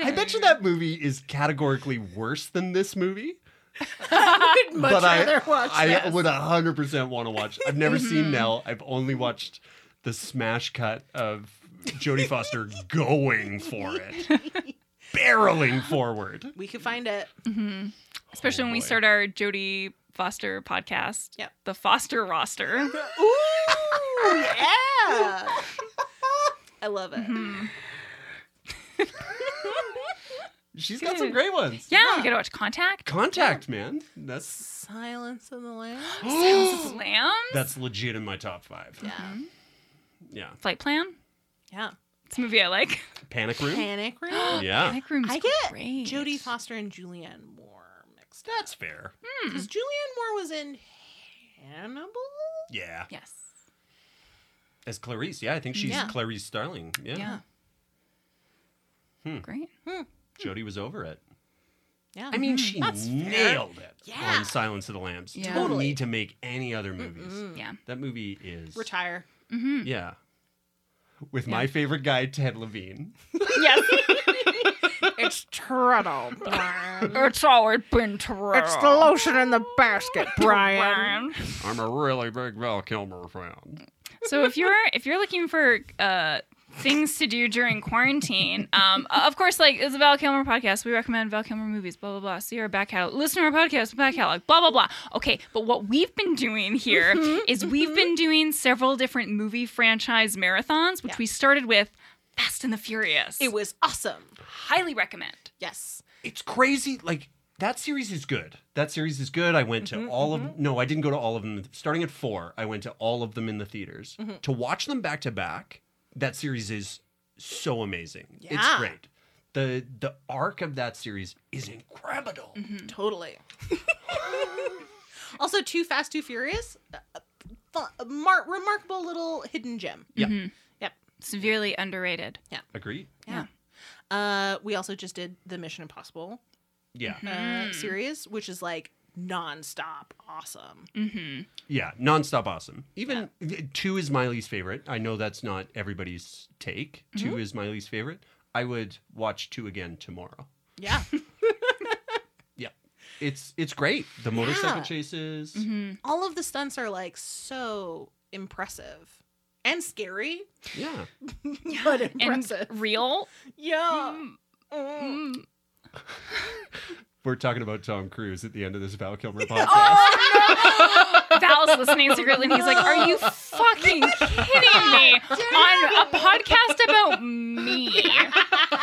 I bet you that movie is categorically worse than this movie.
I would much
but
rather
I,
watch
I
this. Mm-hmm.
would 100% want to watch. I've never seen Nell. I've only watched the smash cut of
[LAUGHS]
Jodie Foster going for it, barreling forward.
We could find it.
Especially
Oh,
when we
boy.
start our Jodie Foster podcast.
Yep.
The Foster
[LAUGHS]
roster.
Ooh, yeah. I love it.
Mm-hmm. Mm.
She's got some great ones.
Yeah, we gotta watch Contact.
Contact, man. That's
Silence in the Lambs. [GASPS]
[GASPS]
Slam.
that's legit in my top five.
Yeah.
Yeah.
Flight Plan.
Yeah.
It's a movie I like.
Panic Room.
Panic [GASPS] Room.
Yeah.
Panic Room's
I get
great.
Jodie Foster and Julianne Moore mixed up.
That's fair.
Because Julianne Moore was in Hannibal?
Yeah.
Yes.
As Clarice. Yeah, I think she's
Yeah.
Clarice Starling. Yeah. Hmm.
Yeah. Great.
Jodie was over it.
Yeah.
I mean, she
Mm-hmm. That's fair.
nailed it
Yeah.
on Silence of the Lambs.
Yeah.
Don't
Totally. Mm-hmm.
need to make any other movies.
Yeah.
That movie is
Retire. Mm.
yeah. With my favorite guy, Ted Levine.
Yes.
It's turtle,
[LAUGHS]
Brian.
it's always been terrible.
lotion in the basket,
I'm a really big Val Kilmer fan.
So if you're if you're looking for uh things to do during quarantine, um of course like it's a Val Kilmer podcast. We recommend Val Kilmer movies, blah blah blah. See our back catalog. Listen to our podcast, back catalog, blah blah blah. Okay, but what we've been doing here is we've been doing several different movie franchise marathons, which
Yeah.
we started with Fast and the Furious.
It was awesome.
highly recommend.
Yes.
It's crazy. Like that series is good. That series is good. I went
Mm-hmm,
to all of no, I didn't go to all of them. Starting at four, I went to all of them in the theaters
Mm-hmm.
to watch them back to back. That series is so amazing. It's
Yeah.
great. the The arc of that series is incredible.
Mm-hmm. Hmm. [LAUGHS] Totally. also, Too Fast, Too Furious. uh, fu- Mar- remarkable little hidden gem.
Yeah,
Yep.
Severely underrated.
agree.
Yeah. Uh, we also just did the Mission Impossible
Yeah,
uh, series, which is like nonstop awesome.
Mm-hmm.
yeah, nonstop awesome. Even two is my least favorite. I know that's not everybody's take.
Mm-hmm.
Two is my least favorite. I would watch two again tomorrow.
Yeah.
Yeah, it's it's great. The motorcycle
Yeah. [LAUGHS]
chases.
Mm-hmm.
All of the stunts are like so impressive and scary,
Mm-hmm.
Yeah.
[LAUGHS] but
And
impressive.
real. [LAUGHS]
yeah. Mm.
Mm.
We're talking about Tom Cruise at the end of this
[LAUGHS]
Val
Oh.
Kilmer podcast.
Val's listening secretly, and he's like, "Are you fucking kidding me? On a podcast about me,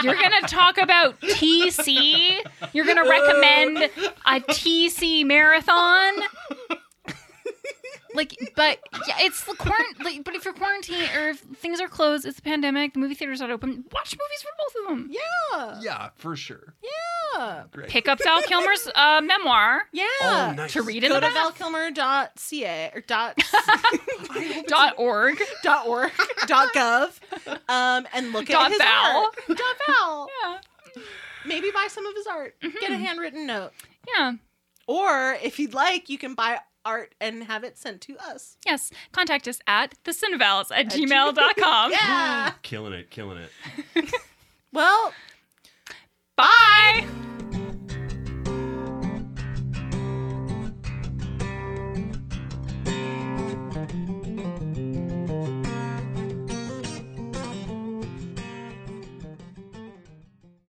you're gonna talk about TC? You're gonna recommend a TC marathon?" Like, but yeah, it's the quarant. Like, but if you're quarantined or if things are closed, it's the pandemic. The movie theaters not open. Watch movies for both of them.
[LAUGHS] Yeah.
yeah, for sure.
Yeah.
Great.
Pick up Val Kilmer's uh, memoir
Yeah.
Oh, nice.
to read in
Go
the
to
bath.
valkilmer.ca or dot, [LAUGHS]
[LAUGHS] dot org.
dot org dot gov um, and look
Dot
at his
val.
art. Dot val.
Yeah,
Maybe buy some of his art. Get a handwritten note.
yeah.
Or if you'd like, you can buy art and have it sent to us.
Yes. Contact us at thecinevals at gmail.com.
Yeah.
Killing it, killing it.
Well,
Bye.